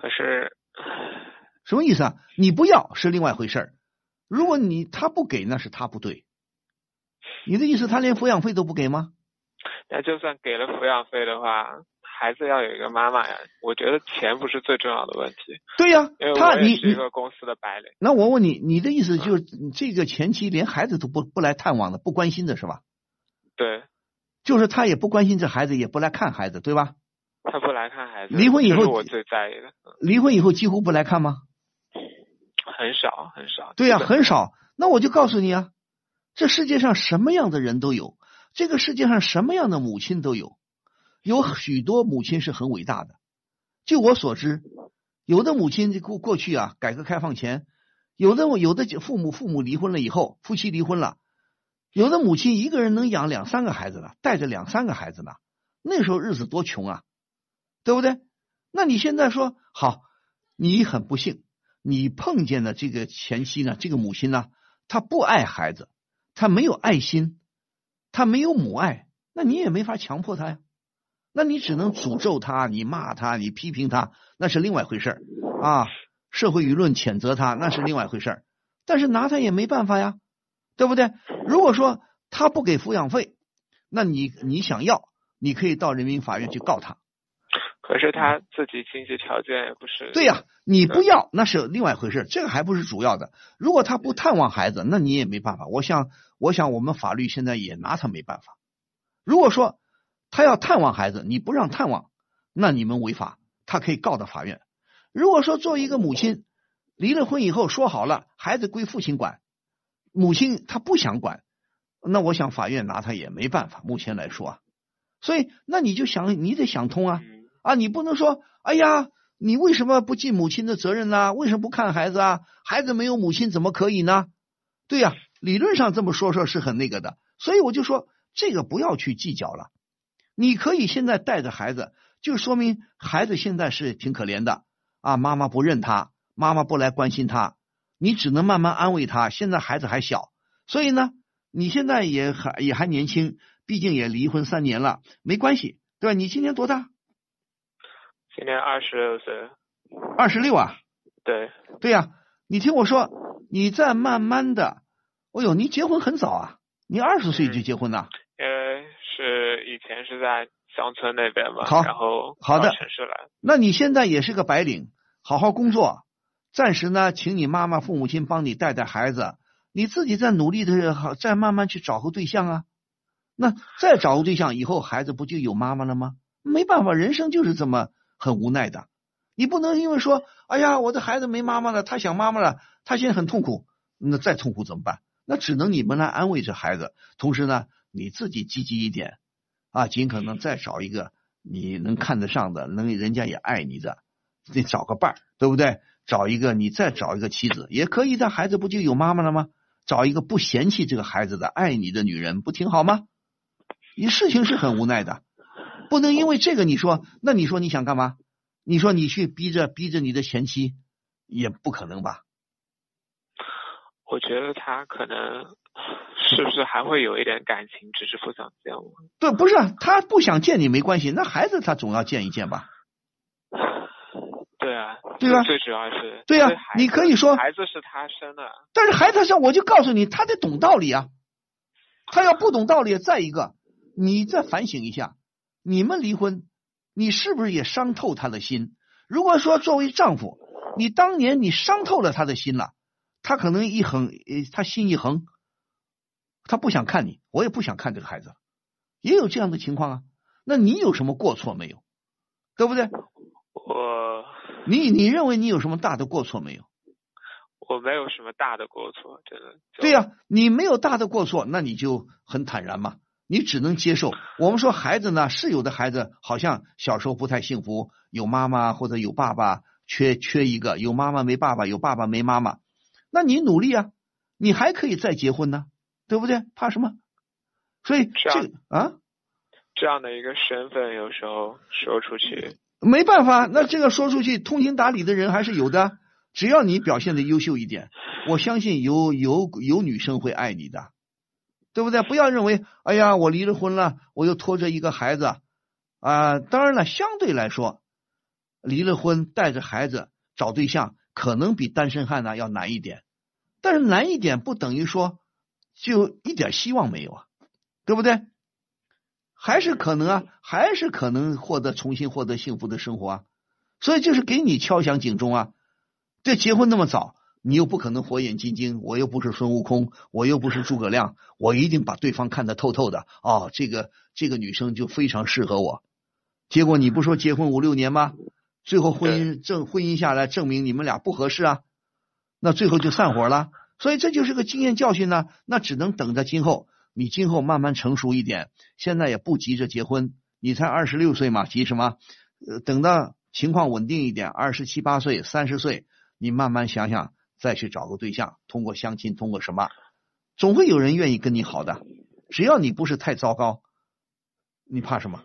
Speaker 14: 可是
Speaker 2: 什么意思啊？你不要是另外回事儿，如果你他不给，那是他不对。你的意思他连抚养费都不给吗？
Speaker 14: 那就算给了抚养费的话，孩子要有一个妈妈呀。我觉得钱不是最重要的问题，
Speaker 2: 对呀、
Speaker 14: 因为
Speaker 2: 他
Speaker 14: 我
Speaker 2: 你
Speaker 14: 也是一
Speaker 2: 你
Speaker 14: 个公司的白领。
Speaker 2: 那我问你，你的意思就是这个前妻连孩子都不不来探望的，不关心的是吧？
Speaker 14: 对
Speaker 2: 就是他也不关心这孩子，也不来看孩子，对吧？
Speaker 14: 他不来看孩子，
Speaker 2: 离婚以后
Speaker 14: 这是我最在意的，
Speaker 2: 离婚以后几乎不来看吗？
Speaker 14: 很少很少。
Speaker 2: 对呀、
Speaker 14: 基本
Speaker 2: 很少。那我就告诉你啊，这世界上什么样的人都有，这个世界上什么样的母亲都有，有许多母亲是很伟大的。就我所知，有的母亲过过去啊，改革开放前，有的有的父母父母离婚了以后，夫妻离婚了，有的母亲一个人能养两三个孩子呢，带着两三个孩子呢，那时候日子多穷啊，对不对？那你现在说好，你很不幸，你碰见的这个前妻呢，这个母亲呢，她不爱孩子，她没有爱心，她没有母爱，那你也没法强迫她呀。那你只能诅咒她，你骂她，你批评她，那是另外一回事儿啊。社会舆论谴责她，那是另外一回事儿。但是拿她也没办法呀，对不对？如果说她不给抚养费，那你你想要，你可以到人民法院去告她。
Speaker 14: 可是他自己经济条件也不是。
Speaker 2: 嗯对呀、你不要那是另外一回事，这个还不是主要的。如果他不探望孩子，那你也没办法。我想，我想我们法律现在也拿他没办法。如果说他要探望孩子，你不让探望，那你们违法，他可以告到法院。如果说作为一个母亲，离了婚以后说好了，孩子归父亲管，母亲她不想管，那我想法院拿他也没办法。目前来说啊，所以那你就想，你得想通啊啊，你不能说，哎呀，你为什么不尽母亲的责任呢、啊为什么不看孩子啊？孩子没有母亲怎么可以呢？对呀、理论上这么说说是很那个的，所以我就说这个不要去计较了。你可以现在带着孩子，就说明孩子现在是挺可怜的啊，妈妈不认他，妈妈不来关心他，你只能慢慢安慰他。现在孩子还小，所以呢，你现在也还也还年轻，毕竟也离婚三年了，没关系，对吧？你今年多大？
Speaker 14: 今年二十六岁，
Speaker 2: 二十六啊？
Speaker 14: 对，
Speaker 2: 对呀、你听我说，你再慢慢的，哦呦，你结婚很早啊，你二十岁就结婚呐、
Speaker 14: 因为是以前是在乡村那边嘛，
Speaker 2: 好
Speaker 14: 然后
Speaker 2: 好的
Speaker 14: 到城市来，
Speaker 2: 那你现在也是个白领，好好工作，暂时呢，请你妈妈、父母亲帮你带带孩子，你自己再努力的，好再慢慢去找个对象啊。那再找个对象，以后孩子不就有妈妈了吗？没办法，人生就是这么很无奈的。你不能因为说，哎呀，我的孩子没妈妈了，他想妈妈了，他现在很痛苦，那再痛苦怎么办？那只能你们来安慰这孩子，同时呢，你自己积极一点，啊，尽可能再找一个你能看得上的，能人家也爱你的，你找个伴儿，对不对？找一个，你再找一个妻子也可以的，孩子不就有妈妈了吗？找一个不嫌弃这个孩子的、爱你的女人，不挺好吗？你事情是很无奈的，不能因为这个你说，那你说你想干嘛？你说你去逼着逼着你的前妻，也不可能吧？
Speaker 14: 我觉得他可能是不是还会有一点感情，只是不想见我。
Speaker 2: 对，不是啊他不想见你没关系，那孩子他总要见一见吧？
Speaker 14: 对啊，
Speaker 2: 对吧
Speaker 14: 最主要是
Speaker 2: 对啊
Speaker 14: 这孩子
Speaker 2: 你可以说
Speaker 14: 孩子是他生的，
Speaker 2: 但是孩子上，我就告诉你，他得懂道理啊。他要不懂道理，再一个，你再反省一下，你们离婚，你是不是也伤透他的心？如果说作为丈夫，你当年你伤透了他的心了，他可能一横，呃他心一横，他不想看你，我也不想看这个孩子了，也有这样的情况啊。那你有什么过错没有？对不对？
Speaker 14: 我
Speaker 2: 你你认为你有什么大的过错没有？
Speaker 14: 我没有什么大的过错，真的。
Speaker 2: 对呀、你没有大的过错，那你就很坦然嘛，你只能接受。我们说孩子呢，是有的孩子好像小时候不太幸福，有妈妈或者有爸爸，缺缺一个，有妈妈没爸爸，有爸爸没妈妈。那你努力啊，你还可以再结婚呢，对不对？怕什么？所以这个啊，
Speaker 14: 这样的一个身份，有时候说出去，
Speaker 2: 没办法，那这个说出去通情达理的人还是有的。只要你表现的优秀一点，我相信有有有女生会爱你的，对不对？不要认为，哎呀，我离了婚了，我又拖着一个孩子啊、当然了，相对来说，离了婚带着孩子找对象，可能比单身汉呢要难一点。但是难一点不等于说就一点希望没有啊，对不对？还是可能啊，还是可能获得重新获得幸福的生活啊。所以就是给你敲响警钟啊！这结婚那么早，你又不可能火眼金睛，我又不是孙悟空，我又不是诸葛亮，我一定把对方看得透透的。哦，这个这个女生就非常适合我。结果你不说结婚五六年吗？最后婚姻证婚姻下来证明你们俩不合适啊，那最后就散伙了。所以这就是个经验教训呢、那只能等着今后你今后慢慢成熟一点，现在也不急着结婚，你才二十六岁嘛，急什么？呃，等到情况稳定一点，二十七八岁、三十岁，你慢慢想想，再去找个对象，通过相亲，通过什么，总会有人愿意跟你好的，只要你不是太糟糕，你怕什么？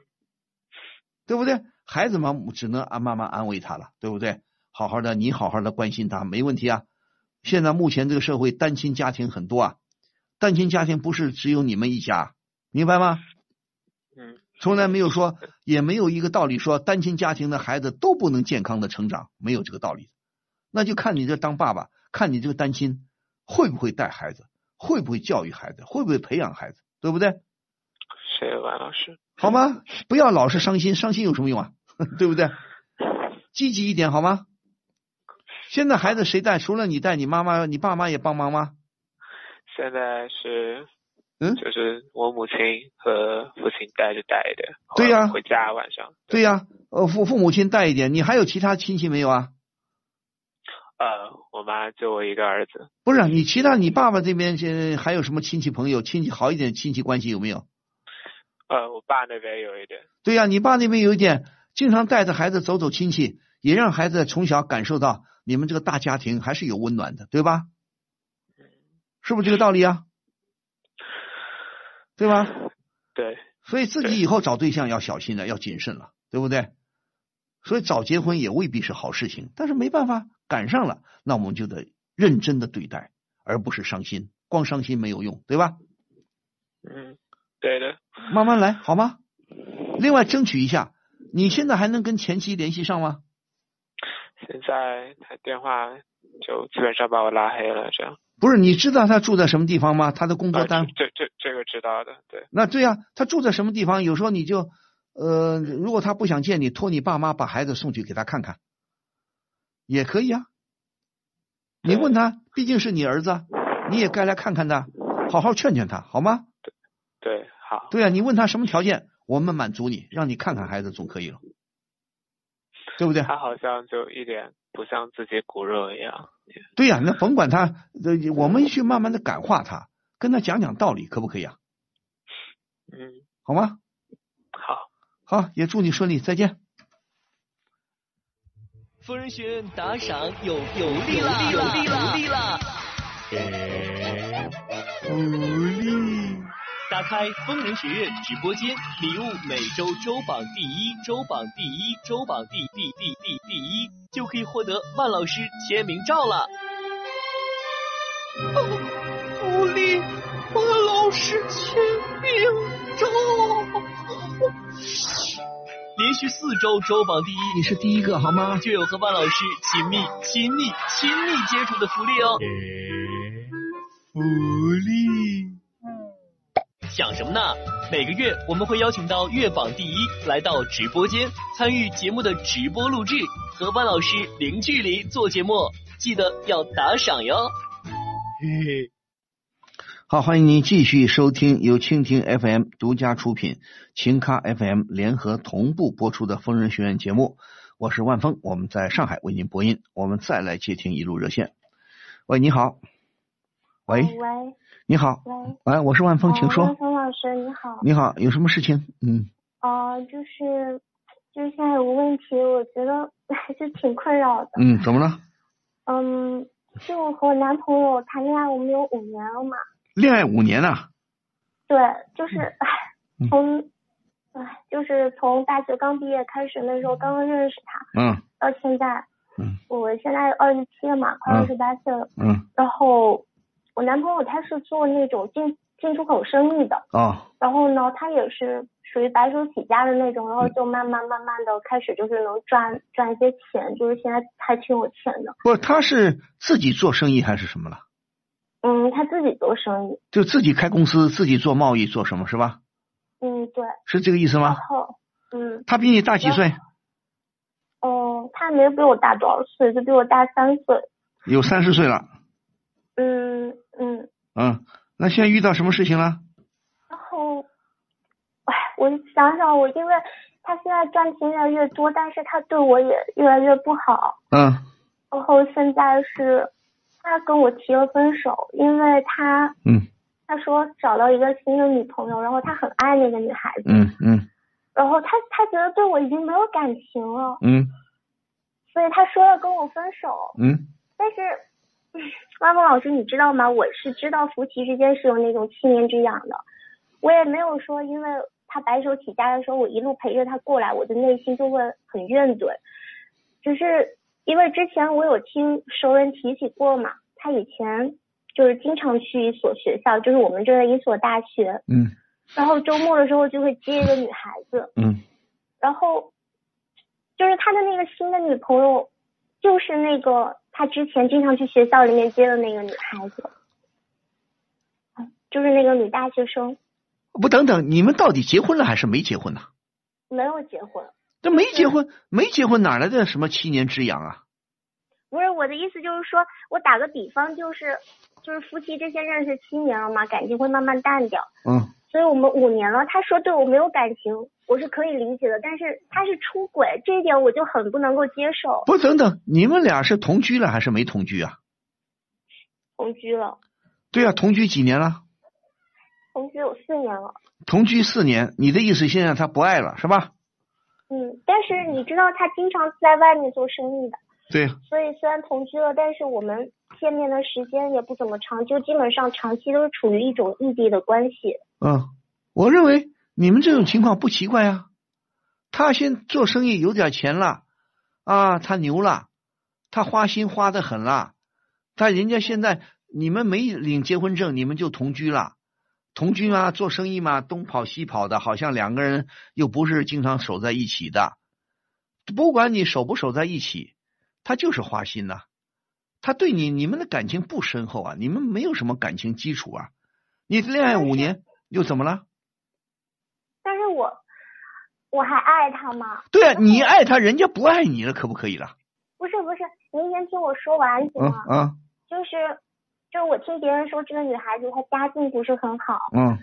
Speaker 2: 对不对？孩子嘛，只能安慢慢安慰他了，对不对？好好的，你好好的关心他，没问题啊。现在目前这个社会单亲家庭很多啊，单亲家庭不是只有你们一家，明白吗？
Speaker 14: 嗯，
Speaker 2: 从来没有说，也没有一个道理说单亲家庭的孩子都不能健康的成长，没有这个道理。那就看你这当爸爸，看你这个单亲会不会带孩子，会不会教育孩子，会不会培养孩子，对不对？
Speaker 14: 谢谢万老师。
Speaker 2: 好吗？不要老是伤心，伤心有什么用啊？ 对不对？积极一点好吗？现在孩子谁带？除了你带，你妈妈、你爸妈也帮忙吗？
Speaker 14: 现在是，
Speaker 2: 嗯，
Speaker 14: 就是我母亲和父亲带着带的，
Speaker 2: 对呀
Speaker 14: 回家晚上，
Speaker 2: 对呀、呃，父父母亲带一点，你还有其他亲戚没有啊？
Speaker 14: 呃，我妈就我一个儿子，
Speaker 2: 不是，啊你其他你爸爸这边现还有什么亲戚朋友、亲戚好一点亲戚关系有没有？
Speaker 14: 呃，我爸那边有一点，
Speaker 2: 对呀、你爸那边有一点，经常带着孩子走走亲戚，也让孩子从小感受到你们这个大家庭还是有温暖的，对吧？是不是这个道理啊？对吧？
Speaker 14: 对，
Speaker 2: 所以自己以后找对象要小心了，要谨慎了，对不对？所以早结婚也未必是好事情，但是没办法，赶上了，那我们就得认真的对待，而不是伤心，光伤心没有用，对吧？
Speaker 14: 嗯，对的，
Speaker 2: 慢慢来，好吗？另外争取一下，你现在还能跟前妻联系上吗？
Speaker 14: 现在他电话就基本上把我拉黑了，这样。
Speaker 2: 不是，你知道他住在什么地方吗？他的工作单位、
Speaker 14: 这这这个知道的，对。
Speaker 2: 那对呀、啊他住在什么地方？有时候你就呃，如果他不想见你，托你爸妈把孩子送去给他看看，也可以啊。你问他，毕竟是你儿子啊，你也该来看看他，好好劝劝他，好吗？
Speaker 14: 对，好，
Speaker 2: 对呀、啊你问他什么条件，我们满足你，让你看看孩子总可以了，对不对？
Speaker 14: 他好像就一点不像自己骨肉一样。
Speaker 2: 对呀、那甭管他，呃我们去慢慢的感化他，跟他讲讲道理，可不可以啊？
Speaker 14: 嗯，
Speaker 2: 好吗？
Speaker 14: 好，
Speaker 2: 好，也祝你顺利，再见。
Speaker 6: 疯人学院打赏有有力啦，有力啦，有力啦！
Speaker 2: 无力。
Speaker 6: 打开疯人学院直播间，礼物每周周榜第一，周榜第一，周榜第第第第第一，就可以获得万老师签名照了。哦
Speaker 13: 无力，万老师签名照。
Speaker 6: 连续四周周榜第一，
Speaker 2: 你是第一个好吗？
Speaker 6: 就有和万老师亲密、亲密、亲密接触的福利哦。
Speaker 2: 福利。
Speaker 6: 想什么呢？每个月我们会邀请到月榜第一来到直播间，参与节目的直播录制，和万老师零距离做节目，记得要打赏哟。
Speaker 2: 好，欢迎您继续收听由蜻蜓 FM 独家出品、情咖 FM 联合同步播出的《疯人学院》节目，我是万峰，我们在上海为您播音。我们再来接听一路热线。喂，你好。喂，
Speaker 15: 喂，
Speaker 2: 你好。
Speaker 15: 喂，
Speaker 2: 喂，我是万峰，请
Speaker 15: 呃
Speaker 2: 说。
Speaker 15: 冯老师你好。
Speaker 2: 你好，有什么事情？嗯，
Speaker 15: 哦、就是就是现在有个问题，我觉得 就挺困扰的。
Speaker 2: 嗯，怎么了？
Speaker 15: 嗯，就我和我男朋友谈恋爱，我们有五年了嘛。
Speaker 2: 恋爱五年啊了、
Speaker 15: 对，就是
Speaker 2: 嗯
Speaker 15: 唉从唉、就是从大学刚毕业开始，那时候刚刚认识他，
Speaker 2: 嗯
Speaker 15: 到现在，
Speaker 2: 嗯，
Speaker 15: 我现在二十七了嘛，快
Speaker 2: 嗯
Speaker 15: 二十八岁了。
Speaker 2: 嗯，
Speaker 15: 然后我男朋友他是做那种进进出口生意的，
Speaker 2: 哦，
Speaker 15: 然后呢，他也是属于白手起家的那种，然
Speaker 2: 嗯
Speaker 15: 后就慢慢慢慢的开始就是能赚赚一些钱，就是现在还挺有钱的。
Speaker 2: 不，他是自己做生意还是什么了？
Speaker 15: 嗯，他自己做生意。
Speaker 2: 就自己开公司，自己做贸易，做什么是吧？
Speaker 15: 嗯，对。
Speaker 2: 是这个意思吗
Speaker 15: 然？后，嗯。
Speaker 2: 他比你大几岁？
Speaker 15: 哦、他没有比我大多少岁，就比我大三岁。
Speaker 2: 有三十岁了。
Speaker 15: 嗯嗯。
Speaker 2: 嗯，那现在遇到什么事情了？
Speaker 15: 然后，哎，我想想，我因为他现在赚钱越来越多，但是他对我也越来越不好。
Speaker 2: 嗯
Speaker 15: 然后现在是他跟我提了分手，因为他
Speaker 2: 嗯
Speaker 15: 他说找到一个新的女朋友，然后他很爱那个女孩子，
Speaker 2: 嗯嗯
Speaker 15: 然后他他觉得对我已经没有感情了，
Speaker 2: 嗯
Speaker 15: 所以他说要跟我分手。
Speaker 2: 嗯
Speaker 15: 但是， 嗯万峰老师，你知道吗？我是知道夫妻之间是有那种七年之痒的，我也没有说因为他白手起家的时候，我一路陪着他过来，我的内心就会很怨怼。只是因为之前我有听熟人提起过嘛，他以前就是经常去一所学校，就是我们这的一所大学，
Speaker 2: 嗯
Speaker 15: 然后周末的时候就会接一个女孩子，
Speaker 2: 嗯
Speaker 15: 然后就是他的那个新的女朋友，就是那个他之前经常去学校里面接的那个女孩子，就是那个女大学生，
Speaker 2: 不，等等，你们到底结婚了还是没结婚呢、
Speaker 15: 没有结婚。
Speaker 2: 这没结婚，没结婚哪来的什么七年之痒啊？
Speaker 15: 不是我的意思，就是说我打个比方，就是就是夫妻之间认识七年了嘛，感情会慢慢淡掉，
Speaker 2: 嗯
Speaker 15: 所以我们五年了。他说对我没有感情，我是可以理解的，但是他是出轨，这一点我就很不能够接受。
Speaker 2: 不，等等，你们俩是同居了还是没同居啊？
Speaker 15: 同居了，
Speaker 2: 对啊，同居几年了？
Speaker 15: 同居有四年了。
Speaker 2: 同居四年，你的意思现在他不爱了是吧？
Speaker 15: 嗯，但是你知道他经常在外面做生意的，
Speaker 2: 对，
Speaker 15: 所以虽然同居了，但是我们见面的时间也不怎么长，就基本上长期都是处于一种异地的关系。
Speaker 2: 嗯，我认为你们这种情况不奇怪啊。他先做生意有点钱了，啊，他牛了，他花心花的很了，他人家现在你们没领结婚证，你们就同居了，同居嘛，做生意嘛，东跑西跑的，好像两个人又不是经常守在一起的。不管你守不守在一起，他就是花心呐、啊。他对你，你们的感情不深厚啊，你们没有什么感情基础啊。你恋爱五年又怎么了？
Speaker 15: 但是我我还爱他吗？
Speaker 2: 对啊，你爱他，人家不爱你了，可不可以了？
Speaker 15: 不是不是，您先听我说完行吗？
Speaker 2: 啊、嗯，
Speaker 15: 就是就是我听别人说，这个女孩子她家境不是很好，
Speaker 2: 嗯，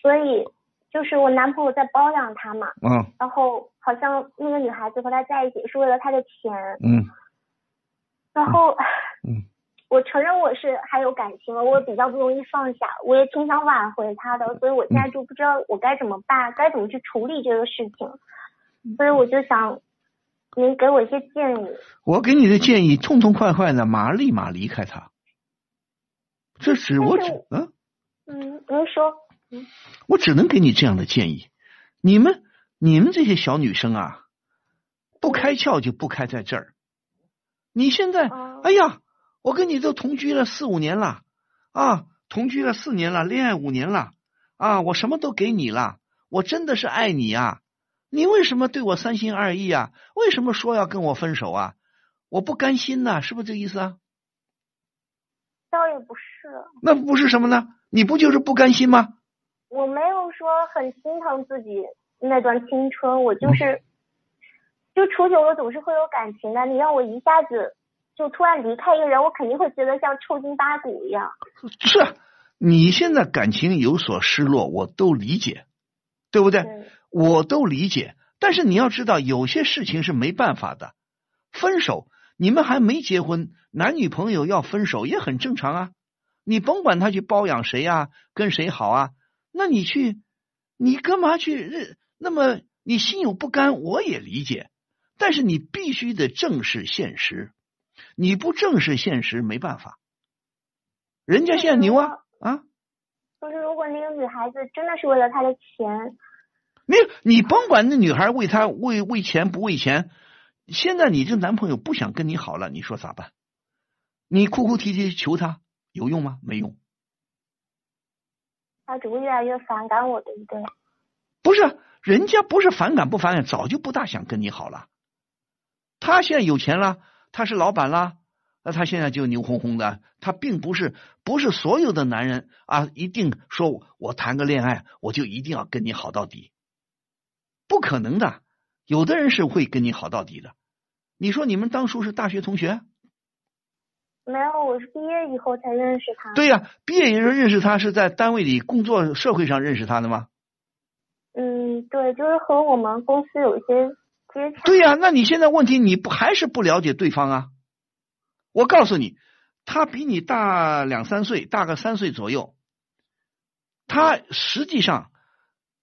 Speaker 15: 所以就是我男朋友在包养她嘛，
Speaker 2: 嗯，
Speaker 15: 然后好像那个女孩子和他在一起是为了他的钱，
Speaker 2: 嗯，
Speaker 15: 然后
Speaker 2: 嗯，
Speaker 15: 我承认我是还有感情的，我比较不容易放下，我也挺想挽回他的，所以我现在就不知道我该怎么办，该怎么去处理这个事情，所以我就想。您给我一些建议。
Speaker 2: 我给你的建议，痛痛快快的，马上立马离开他。这只我只
Speaker 15: 嗯嗯，您说嗯，
Speaker 2: 我只能给你这样的建议。你们你们这些小女生啊，不开窍就不开在这儿。你现在、嗯、哎呀，我跟你都同居了四五年了啊，同居了四年了，恋爱五年了啊，我什么都给你了，我真的是爱你啊。你为什么对我三心二意啊？为什么说要跟我分手啊？我不甘心呐、啊，是不是这意思啊？
Speaker 15: 倒也不是。
Speaker 2: 那不是什么呢？你不就是不甘心吗？
Speaker 15: 我没有说很心疼自己那段青春，我就是，嗯、就处久了总是会有感情的。你让我一下子就突然离开一个人，我肯定会觉得像抽筋扒骨一样。
Speaker 2: 是啊，你现在感情有所失落，我都理解，对不对？
Speaker 15: 对
Speaker 2: 我都理解，但是你要知道，有些事情是没办法的。分手，你们还没结婚，男女朋友要分手也很正常啊。你甭管他去包养谁啊，跟谁好啊，那你去，你干嘛去？那么你心有不甘，我也理解，但是你必须得正视现实。你不正视现实，没办法。人家现在牛啊啊！
Speaker 15: 就是如果那个女孩子真的是为了他的钱。
Speaker 2: 你你甭管那女孩为他为为钱不为钱，现在你这男朋友不想跟你好了，你说咋办？你哭哭啼啼求他有用吗？没用。
Speaker 15: 他只会越来越反感我，对不对？
Speaker 2: 不是，人家不是反感不反感，早就不大想跟你好了。他现在有钱了，他是老板啦，那他现在就牛哄哄的。他并不是不是所有的男人啊，一定说我谈个恋爱我就一定要跟你好到底。不可能的，有的人是会跟你好到底的。你说你们当初是大学同学？
Speaker 15: 没有，我是毕业以后才认识他。
Speaker 2: 对呀、啊，毕业以后认识他是在单位里工作、社会上认识他的吗？
Speaker 15: 嗯，对，就是和我们公司有一些接触。
Speaker 2: 对呀、啊，那你现在问题你不还是不了解对方啊？我告诉你，他比你大两三岁，大个三岁左右。他实际上。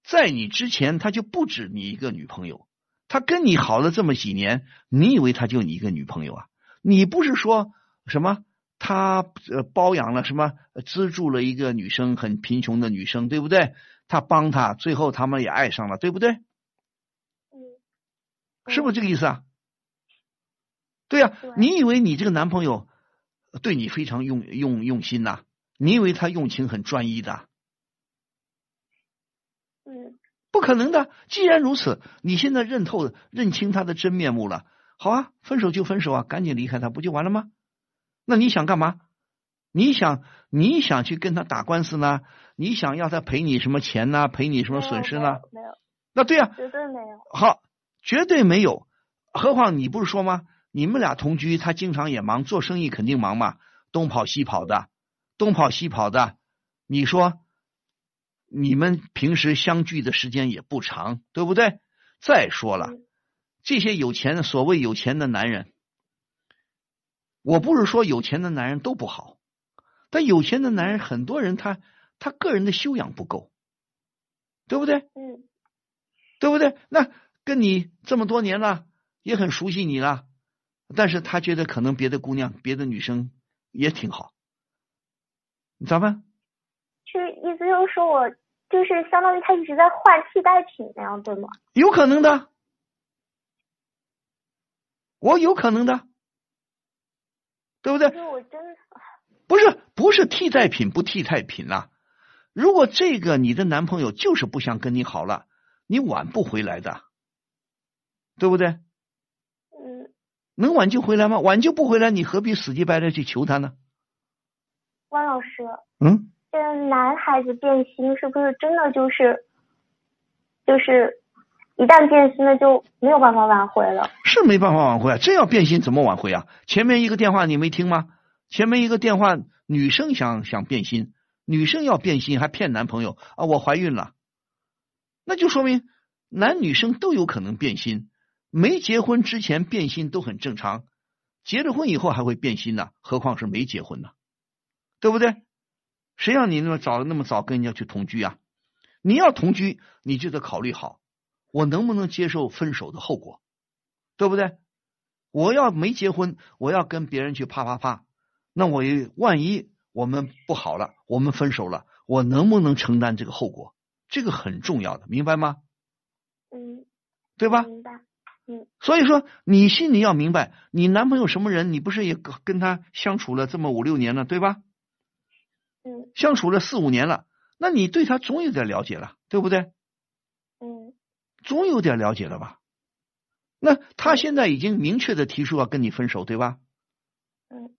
Speaker 2: 在你之前，他就不止你一个女朋友。他跟你好了这么几年，你以为他就你一个女朋友啊？你不是说什么他呃包养了什么资助了一个女生，很贫穷的女生，对不对？他帮他，最后他们也爱上了，对不对？是不是这个意思啊？对呀、啊，你以为你这个男朋友呃对你非常用用用心呐、啊？你以为他用情很专一的、啊？
Speaker 15: 嗯，
Speaker 2: 不可能的。既然如此，你现在认透、认清他的真面目了，好啊，分手就分手啊，赶紧离开他，不就完了吗？那你想干嘛？你想你想去跟他打官司呢？你想要他赔你什么钱呢？赔你什么损失
Speaker 15: 呢？没有，没有
Speaker 2: 那对呀、啊，
Speaker 15: 绝对没有。
Speaker 2: 好，绝对没有。何况你不是说吗？你们俩同居，他经常也忙，做生意肯定忙嘛，东跑西跑的，东跑西跑的。你说？你们平时相聚的时间也不长，对不对？再说了，
Speaker 15: 嗯
Speaker 2: 这些有钱的所谓有钱的男人，我不是说有钱的男人都不好，但有钱的男人很多人他他个人的修养不够，对不对？
Speaker 15: 嗯，
Speaker 2: 对不对？那跟你这么多年了，也很熟悉你了，但是他觉得可能别的姑娘、别的女生也挺好，你咋办？
Speaker 15: 是意思就是说我。就是相当于他一直在换替代品那样，对吗？
Speaker 2: 有可能的，我有可能的，对不对？
Speaker 15: 我真的
Speaker 2: 不是不是替代品不替代品啦、啊，如果这个你的男朋友就是不想跟你好了，你挽不回来的，对不对？
Speaker 15: 嗯，
Speaker 2: 能挽救回来吗？挽救不回来，你何必死乞白赖去求他呢？
Speaker 15: 汪老师，
Speaker 2: 嗯，
Speaker 15: 这男孩子变心是不是真的就是，就是一旦变心了就没有办法挽回了？
Speaker 2: 是没办法挽回啊，这要变心怎么挽回啊？前面一个电话你没听吗？前面一个电话，女生想想变心，女生要变心还骗男朋友啊，我怀孕了，那就说明男女生都有可能变心，没结婚之前变心都很正常，结了婚以后还会变心呢、何况是没结婚呢、对不对？谁让你那么早那么早跟人家去同居啊？你要同居，你就得考虑好，我能不能接受分手的后果，对不对？我要没结婚，我要跟别人去啪啪啪，那我也万一我们不好了，我们分手了，我能不能承担这个后果？这个很重要的，明白吗？
Speaker 15: 嗯，
Speaker 2: 对吧？
Speaker 15: 明白。嗯
Speaker 2: 所以说，你心里要明白，你男朋友什么人，你不是也跟跟他相处了这么五六年了，对吧？
Speaker 15: 嗯
Speaker 2: 相处了四五年了，那你对他总有点了解了，对不对？
Speaker 15: 嗯
Speaker 2: 总有点了解了吧？那他现在已经明确的提出要跟你分手，对吧？
Speaker 15: 嗯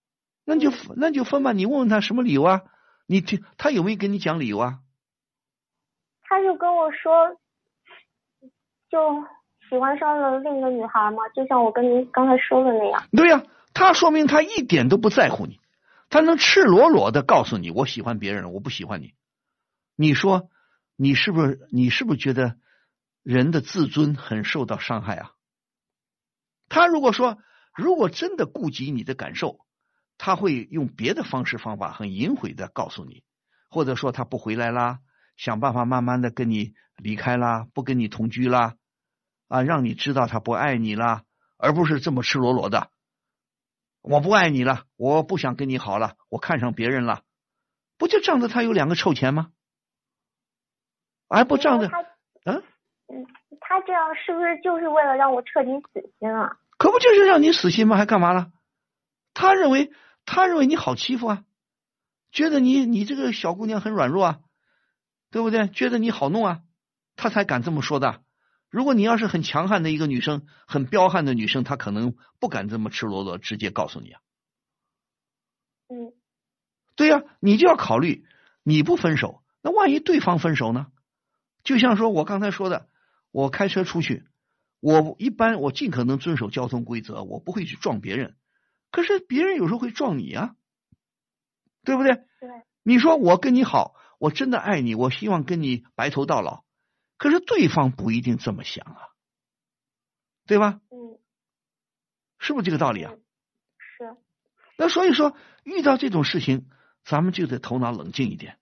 Speaker 2: 那你就那你就分吧，你问问他什么理由啊？你听他有没有跟你讲理由啊？
Speaker 15: 他就跟我说，就喜欢上了另一个女孩嘛，就像我跟您刚才说的那样。
Speaker 2: 对呀、他说明他一点都不在乎你，他能赤裸裸的告诉你我喜欢别人了，我不喜欢你。你说你是不是你是不是觉得人的自尊很受到伤害啊？他如果说如果真的顾及你的感受，他会用别的方式方法很隐晦的告诉你，或者说他不回来啦，想办法慢慢的跟你离开啦，不跟你同居啦，啊，让你知道他不爱你啦，而不是这么赤裸裸的。我不爱你了，我不想跟你好了，我看上别人了，不就仗着他有两个臭钱吗？哎，不仗着
Speaker 15: 他，
Speaker 2: 嗯，
Speaker 15: 嗯，他这样是不是就是为了让我彻底死心啊？
Speaker 2: 可不就是让你死心吗？还干嘛了？他认为他认为你好欺负啊，觉得你你这个小姑娘很软弱啊，对不对？觉得你好弄啊，他才敢这么说的。如果你要是很强悍的一个女生，很彪悍的女生，她可能不敢这么赤裸裸直接告诉你啊。
Speaker 15: 嗯
Speaker 2: 对呀、你就要考虑，你不分手，那万一对方分手呢？就像说我刚才说的，我开车出去，我一般我尽可能遵守交通规则，我不会去撞别人。可是别人有时候会撞你啊，对不对？
Speaker 15: 对。
Speaker 2: 你说我跟你好，我真的爱你，我希望跟你白头到老。可是对方不一定这么想啊，对吧？
Speaker 15: 嗯，
Speaker 2: 是不是这个道理啊？
Speaker 15: 是。
Speaker 2: 那所以说，遇到这种事情，咱们就得头脑冷静一点，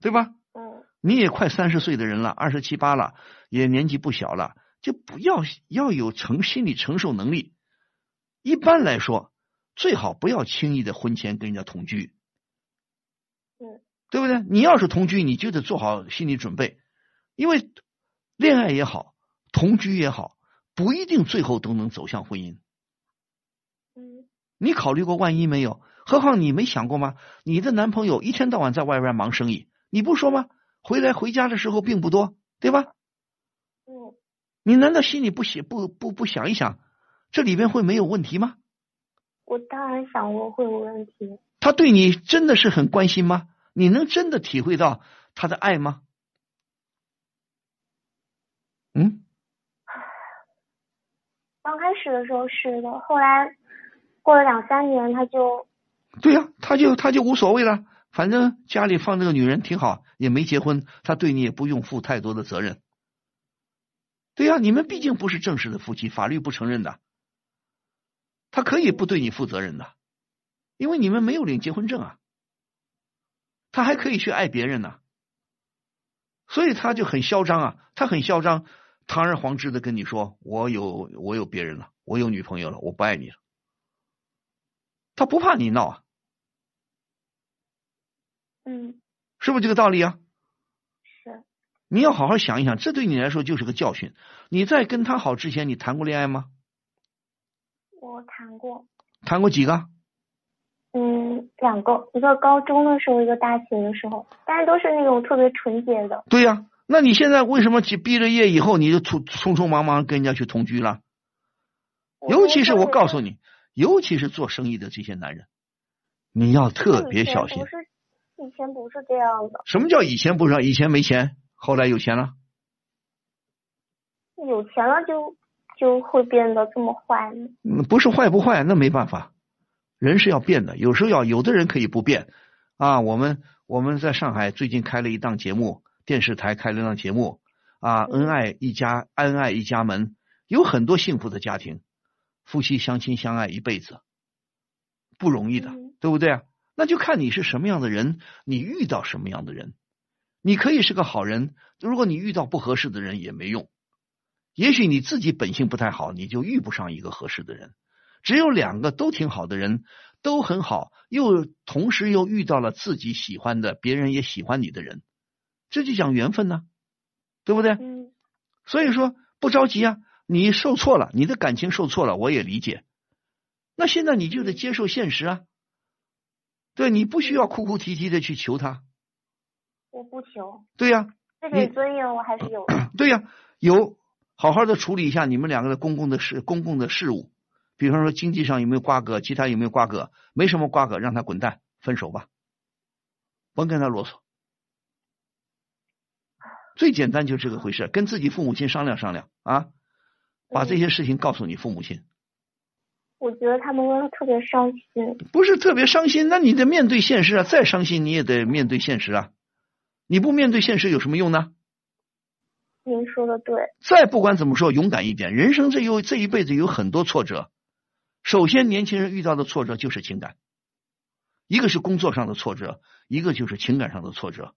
Speaker 2: 对吧？
Speaker 15: 嗯
Speaker 2: 你也快三十岁的人了，二十七八了，也年纪不小了，就不要要有承心理承受能力。一般来说，最好不要轻易的婚前跟人家同居，
Speaker 15: 嗯
Speaker 2: 对不对？你要是同居，你就得做好心理准备，因为恋爱也好，同居也好，不一定最后都能走向婚姻。
Speaker 15: 嗯
Speaker 2: 你考虑过万一没有？何况你没想过吗？你的男朋友一天到晚在外边忙生意，你不说吗？回来回家的时候并不多，对吧？
Speaker 15: 嗯
Speaker 2: 你难道心里不想不不不想一想，这里边会没有问题吗？
Speaker 15: 我当然想过会有问题。
Speaker 2: 他对你真的是很关心吗？你能真的体会到他的爱吗？嗯，
Speaker 15: 刚开始的时候是的，后来过了两三年，他就
Speaker 2: 对呀、他就他就无所谓了，反正家里放这个女人挺好，也没结婚，他对你也不用负太多的责任。对呀、你们毕竟不是正式的夫妻，法律不承认的，他可以不对你负责任的，因为你们没有领结婚证啊，他还可以去爱别人呢、所以他就很嚣张啊，他很嚣张，堂而皇之的跟你说，我有我有别人了，我有女朋友了，我不爱你了，他不怕你闹啊，
Speaker 15: 嗯
Speaker 2: 是不是这个道理啊？
Speaker 15: 是
Speaker 2: 你要好好想一想，这对你来说就是个教训。你在跟他好之前，你谈过恋爱吗？
Speaker 15: 我谈过，
Speaker 2: 谈过几个？
Speaker 15: 嗯，两个，一个高中的时候，一个大学的时候，但是都是那种特别纯洁的。
Speaker 2: 对呀、那你现在为什么毕毕了业以后你就匆匆匆忙忙跟人家去同居了？尤其是我告诉你，尤其是做生意的这些男人，你要特别小
Speaker 15: 以前
Speaker 2: 心
Speaker 15: 不。是，以前不是这样的，
Speaker 2: 什么叫以前不是？以前没钱，后来有钱了。
Speaker 15: 有钱了就就会变得这么坏呢。
Speaker 2: 嗯，不是坏不坏，那没办法，人是要变的。有时候要有的人可以不变啊。我们我们在上海最近开了一档节目，电视台开了一档节目啊，恩爱一家，恩爱一家门，有很多幸福的家庭，夫妻相亲相爱一辈子，不容易的，对不对啊？那就看你是什么样的人，你遇到什么样的人，你可以是个好人，如果你遇到不合适的人也没用。也许你自己本性不太好，你就遇不上一个合适的人。只有两个都挺好的人，都很好，又同时又遇到了自己喜欢的，别人也喜欢你的人，这就讲缘分呢、对不对？所以说不着急啊，你受挫了，你的感情受挫了，我也理解。那现在你就得接受现实啊，对你不需要哭哭啼啼的去求他，
Speaker 15: 我不求，
Speaker 2: 对呀、
Speaker 15: 自己尊严我还是有的。
Speaker 2: 对呀、有好好的处理一下你们两个的公共的事公共的事务，比方说经济上有没有瓜葛，其他有没有瓜葛，没什么瓜葛，让他滚蛋，分手吧，甭跟他啰嗦。最简单就这个回事，跟自己父母亲商量商量啊，把这些事情告诉你父母亲，
Speaker 15: 我觉得他们会特别伤心。
Speaker 2: 不是特别伤心，那你得面对现实啊，再伤心你也得面对现实啊，你不面对现实有什么用呢？
Speaker 15: 您说的对，
Speaker 2: 再不管怎么说，勇敢一点。人生这有这一辈子有很多挫折，首先年轻人遇到的挫折就是情感，一个是工作上的挫折，一个就是情感上的挫折。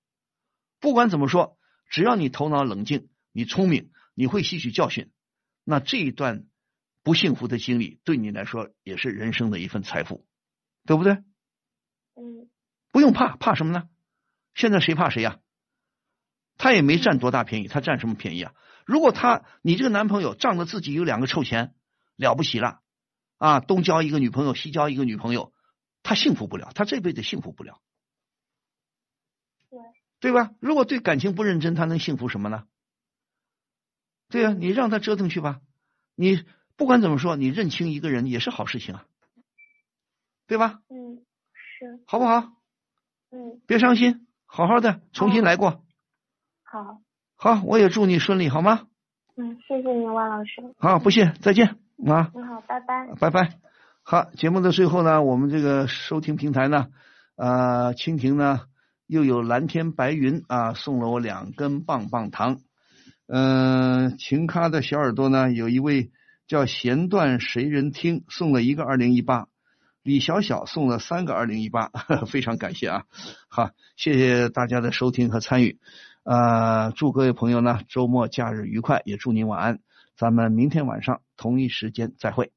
Speaker 2: 不管怎么说，只要你头脑冷静，你聪明，你会吸取教训，那这一段不幸福的经历对你来说也是人生的一份财富，对不对？
Speaker 15: 嗯，
Speaker 2: 不用怕，怕什么呢？现在谁怕谁呀、他也没占多大便宜，他占什么便宜啊？如果他你这个男朋友仗着自己有两个臭钱，了不起了啊，东交一个女朋友，西交一个女朋友，他幸福不了，他这辈子幸福不了，
Speaker 15: 对，
Speaker 2: 对吧？如果对感情不认真，他能幸福什么呢？对呀、你让他折腾去吧，你不管怎么说，你认清一个人也是好事情啊，对吧？
Speaker 15: 嗯，是，
Speaker 2: 好不好？
Speaker 15: 嗯，
Speaker 2: 别伤心，好好的重新来过。
Speaker 15: 好，
Speaker 2: 好，我也祝你顺利，好吗？
Speaker 15: 嗯，谢谢您，万老师。
Speaker 2: 好，不谢，再见啊。
Speaker 15: 嗯，好，拜拜。
Speaker 2: 拜拜。好，节目的最后呢，我们这个收听平台呢，呃，蜻蜓呢又有蓝天白云啊送了我两根棒棒糖。嗯、琴咖的小耳朵呢，有一位叫弦断谁人听送了一个二零一八，李小小送了三个二零一八，非常感谢啊！好，谢谢大家的收听和参与。呃，祝各位朋友呢周末假日愉快，也祝您晚安。咱们明天晚上同一时间再会。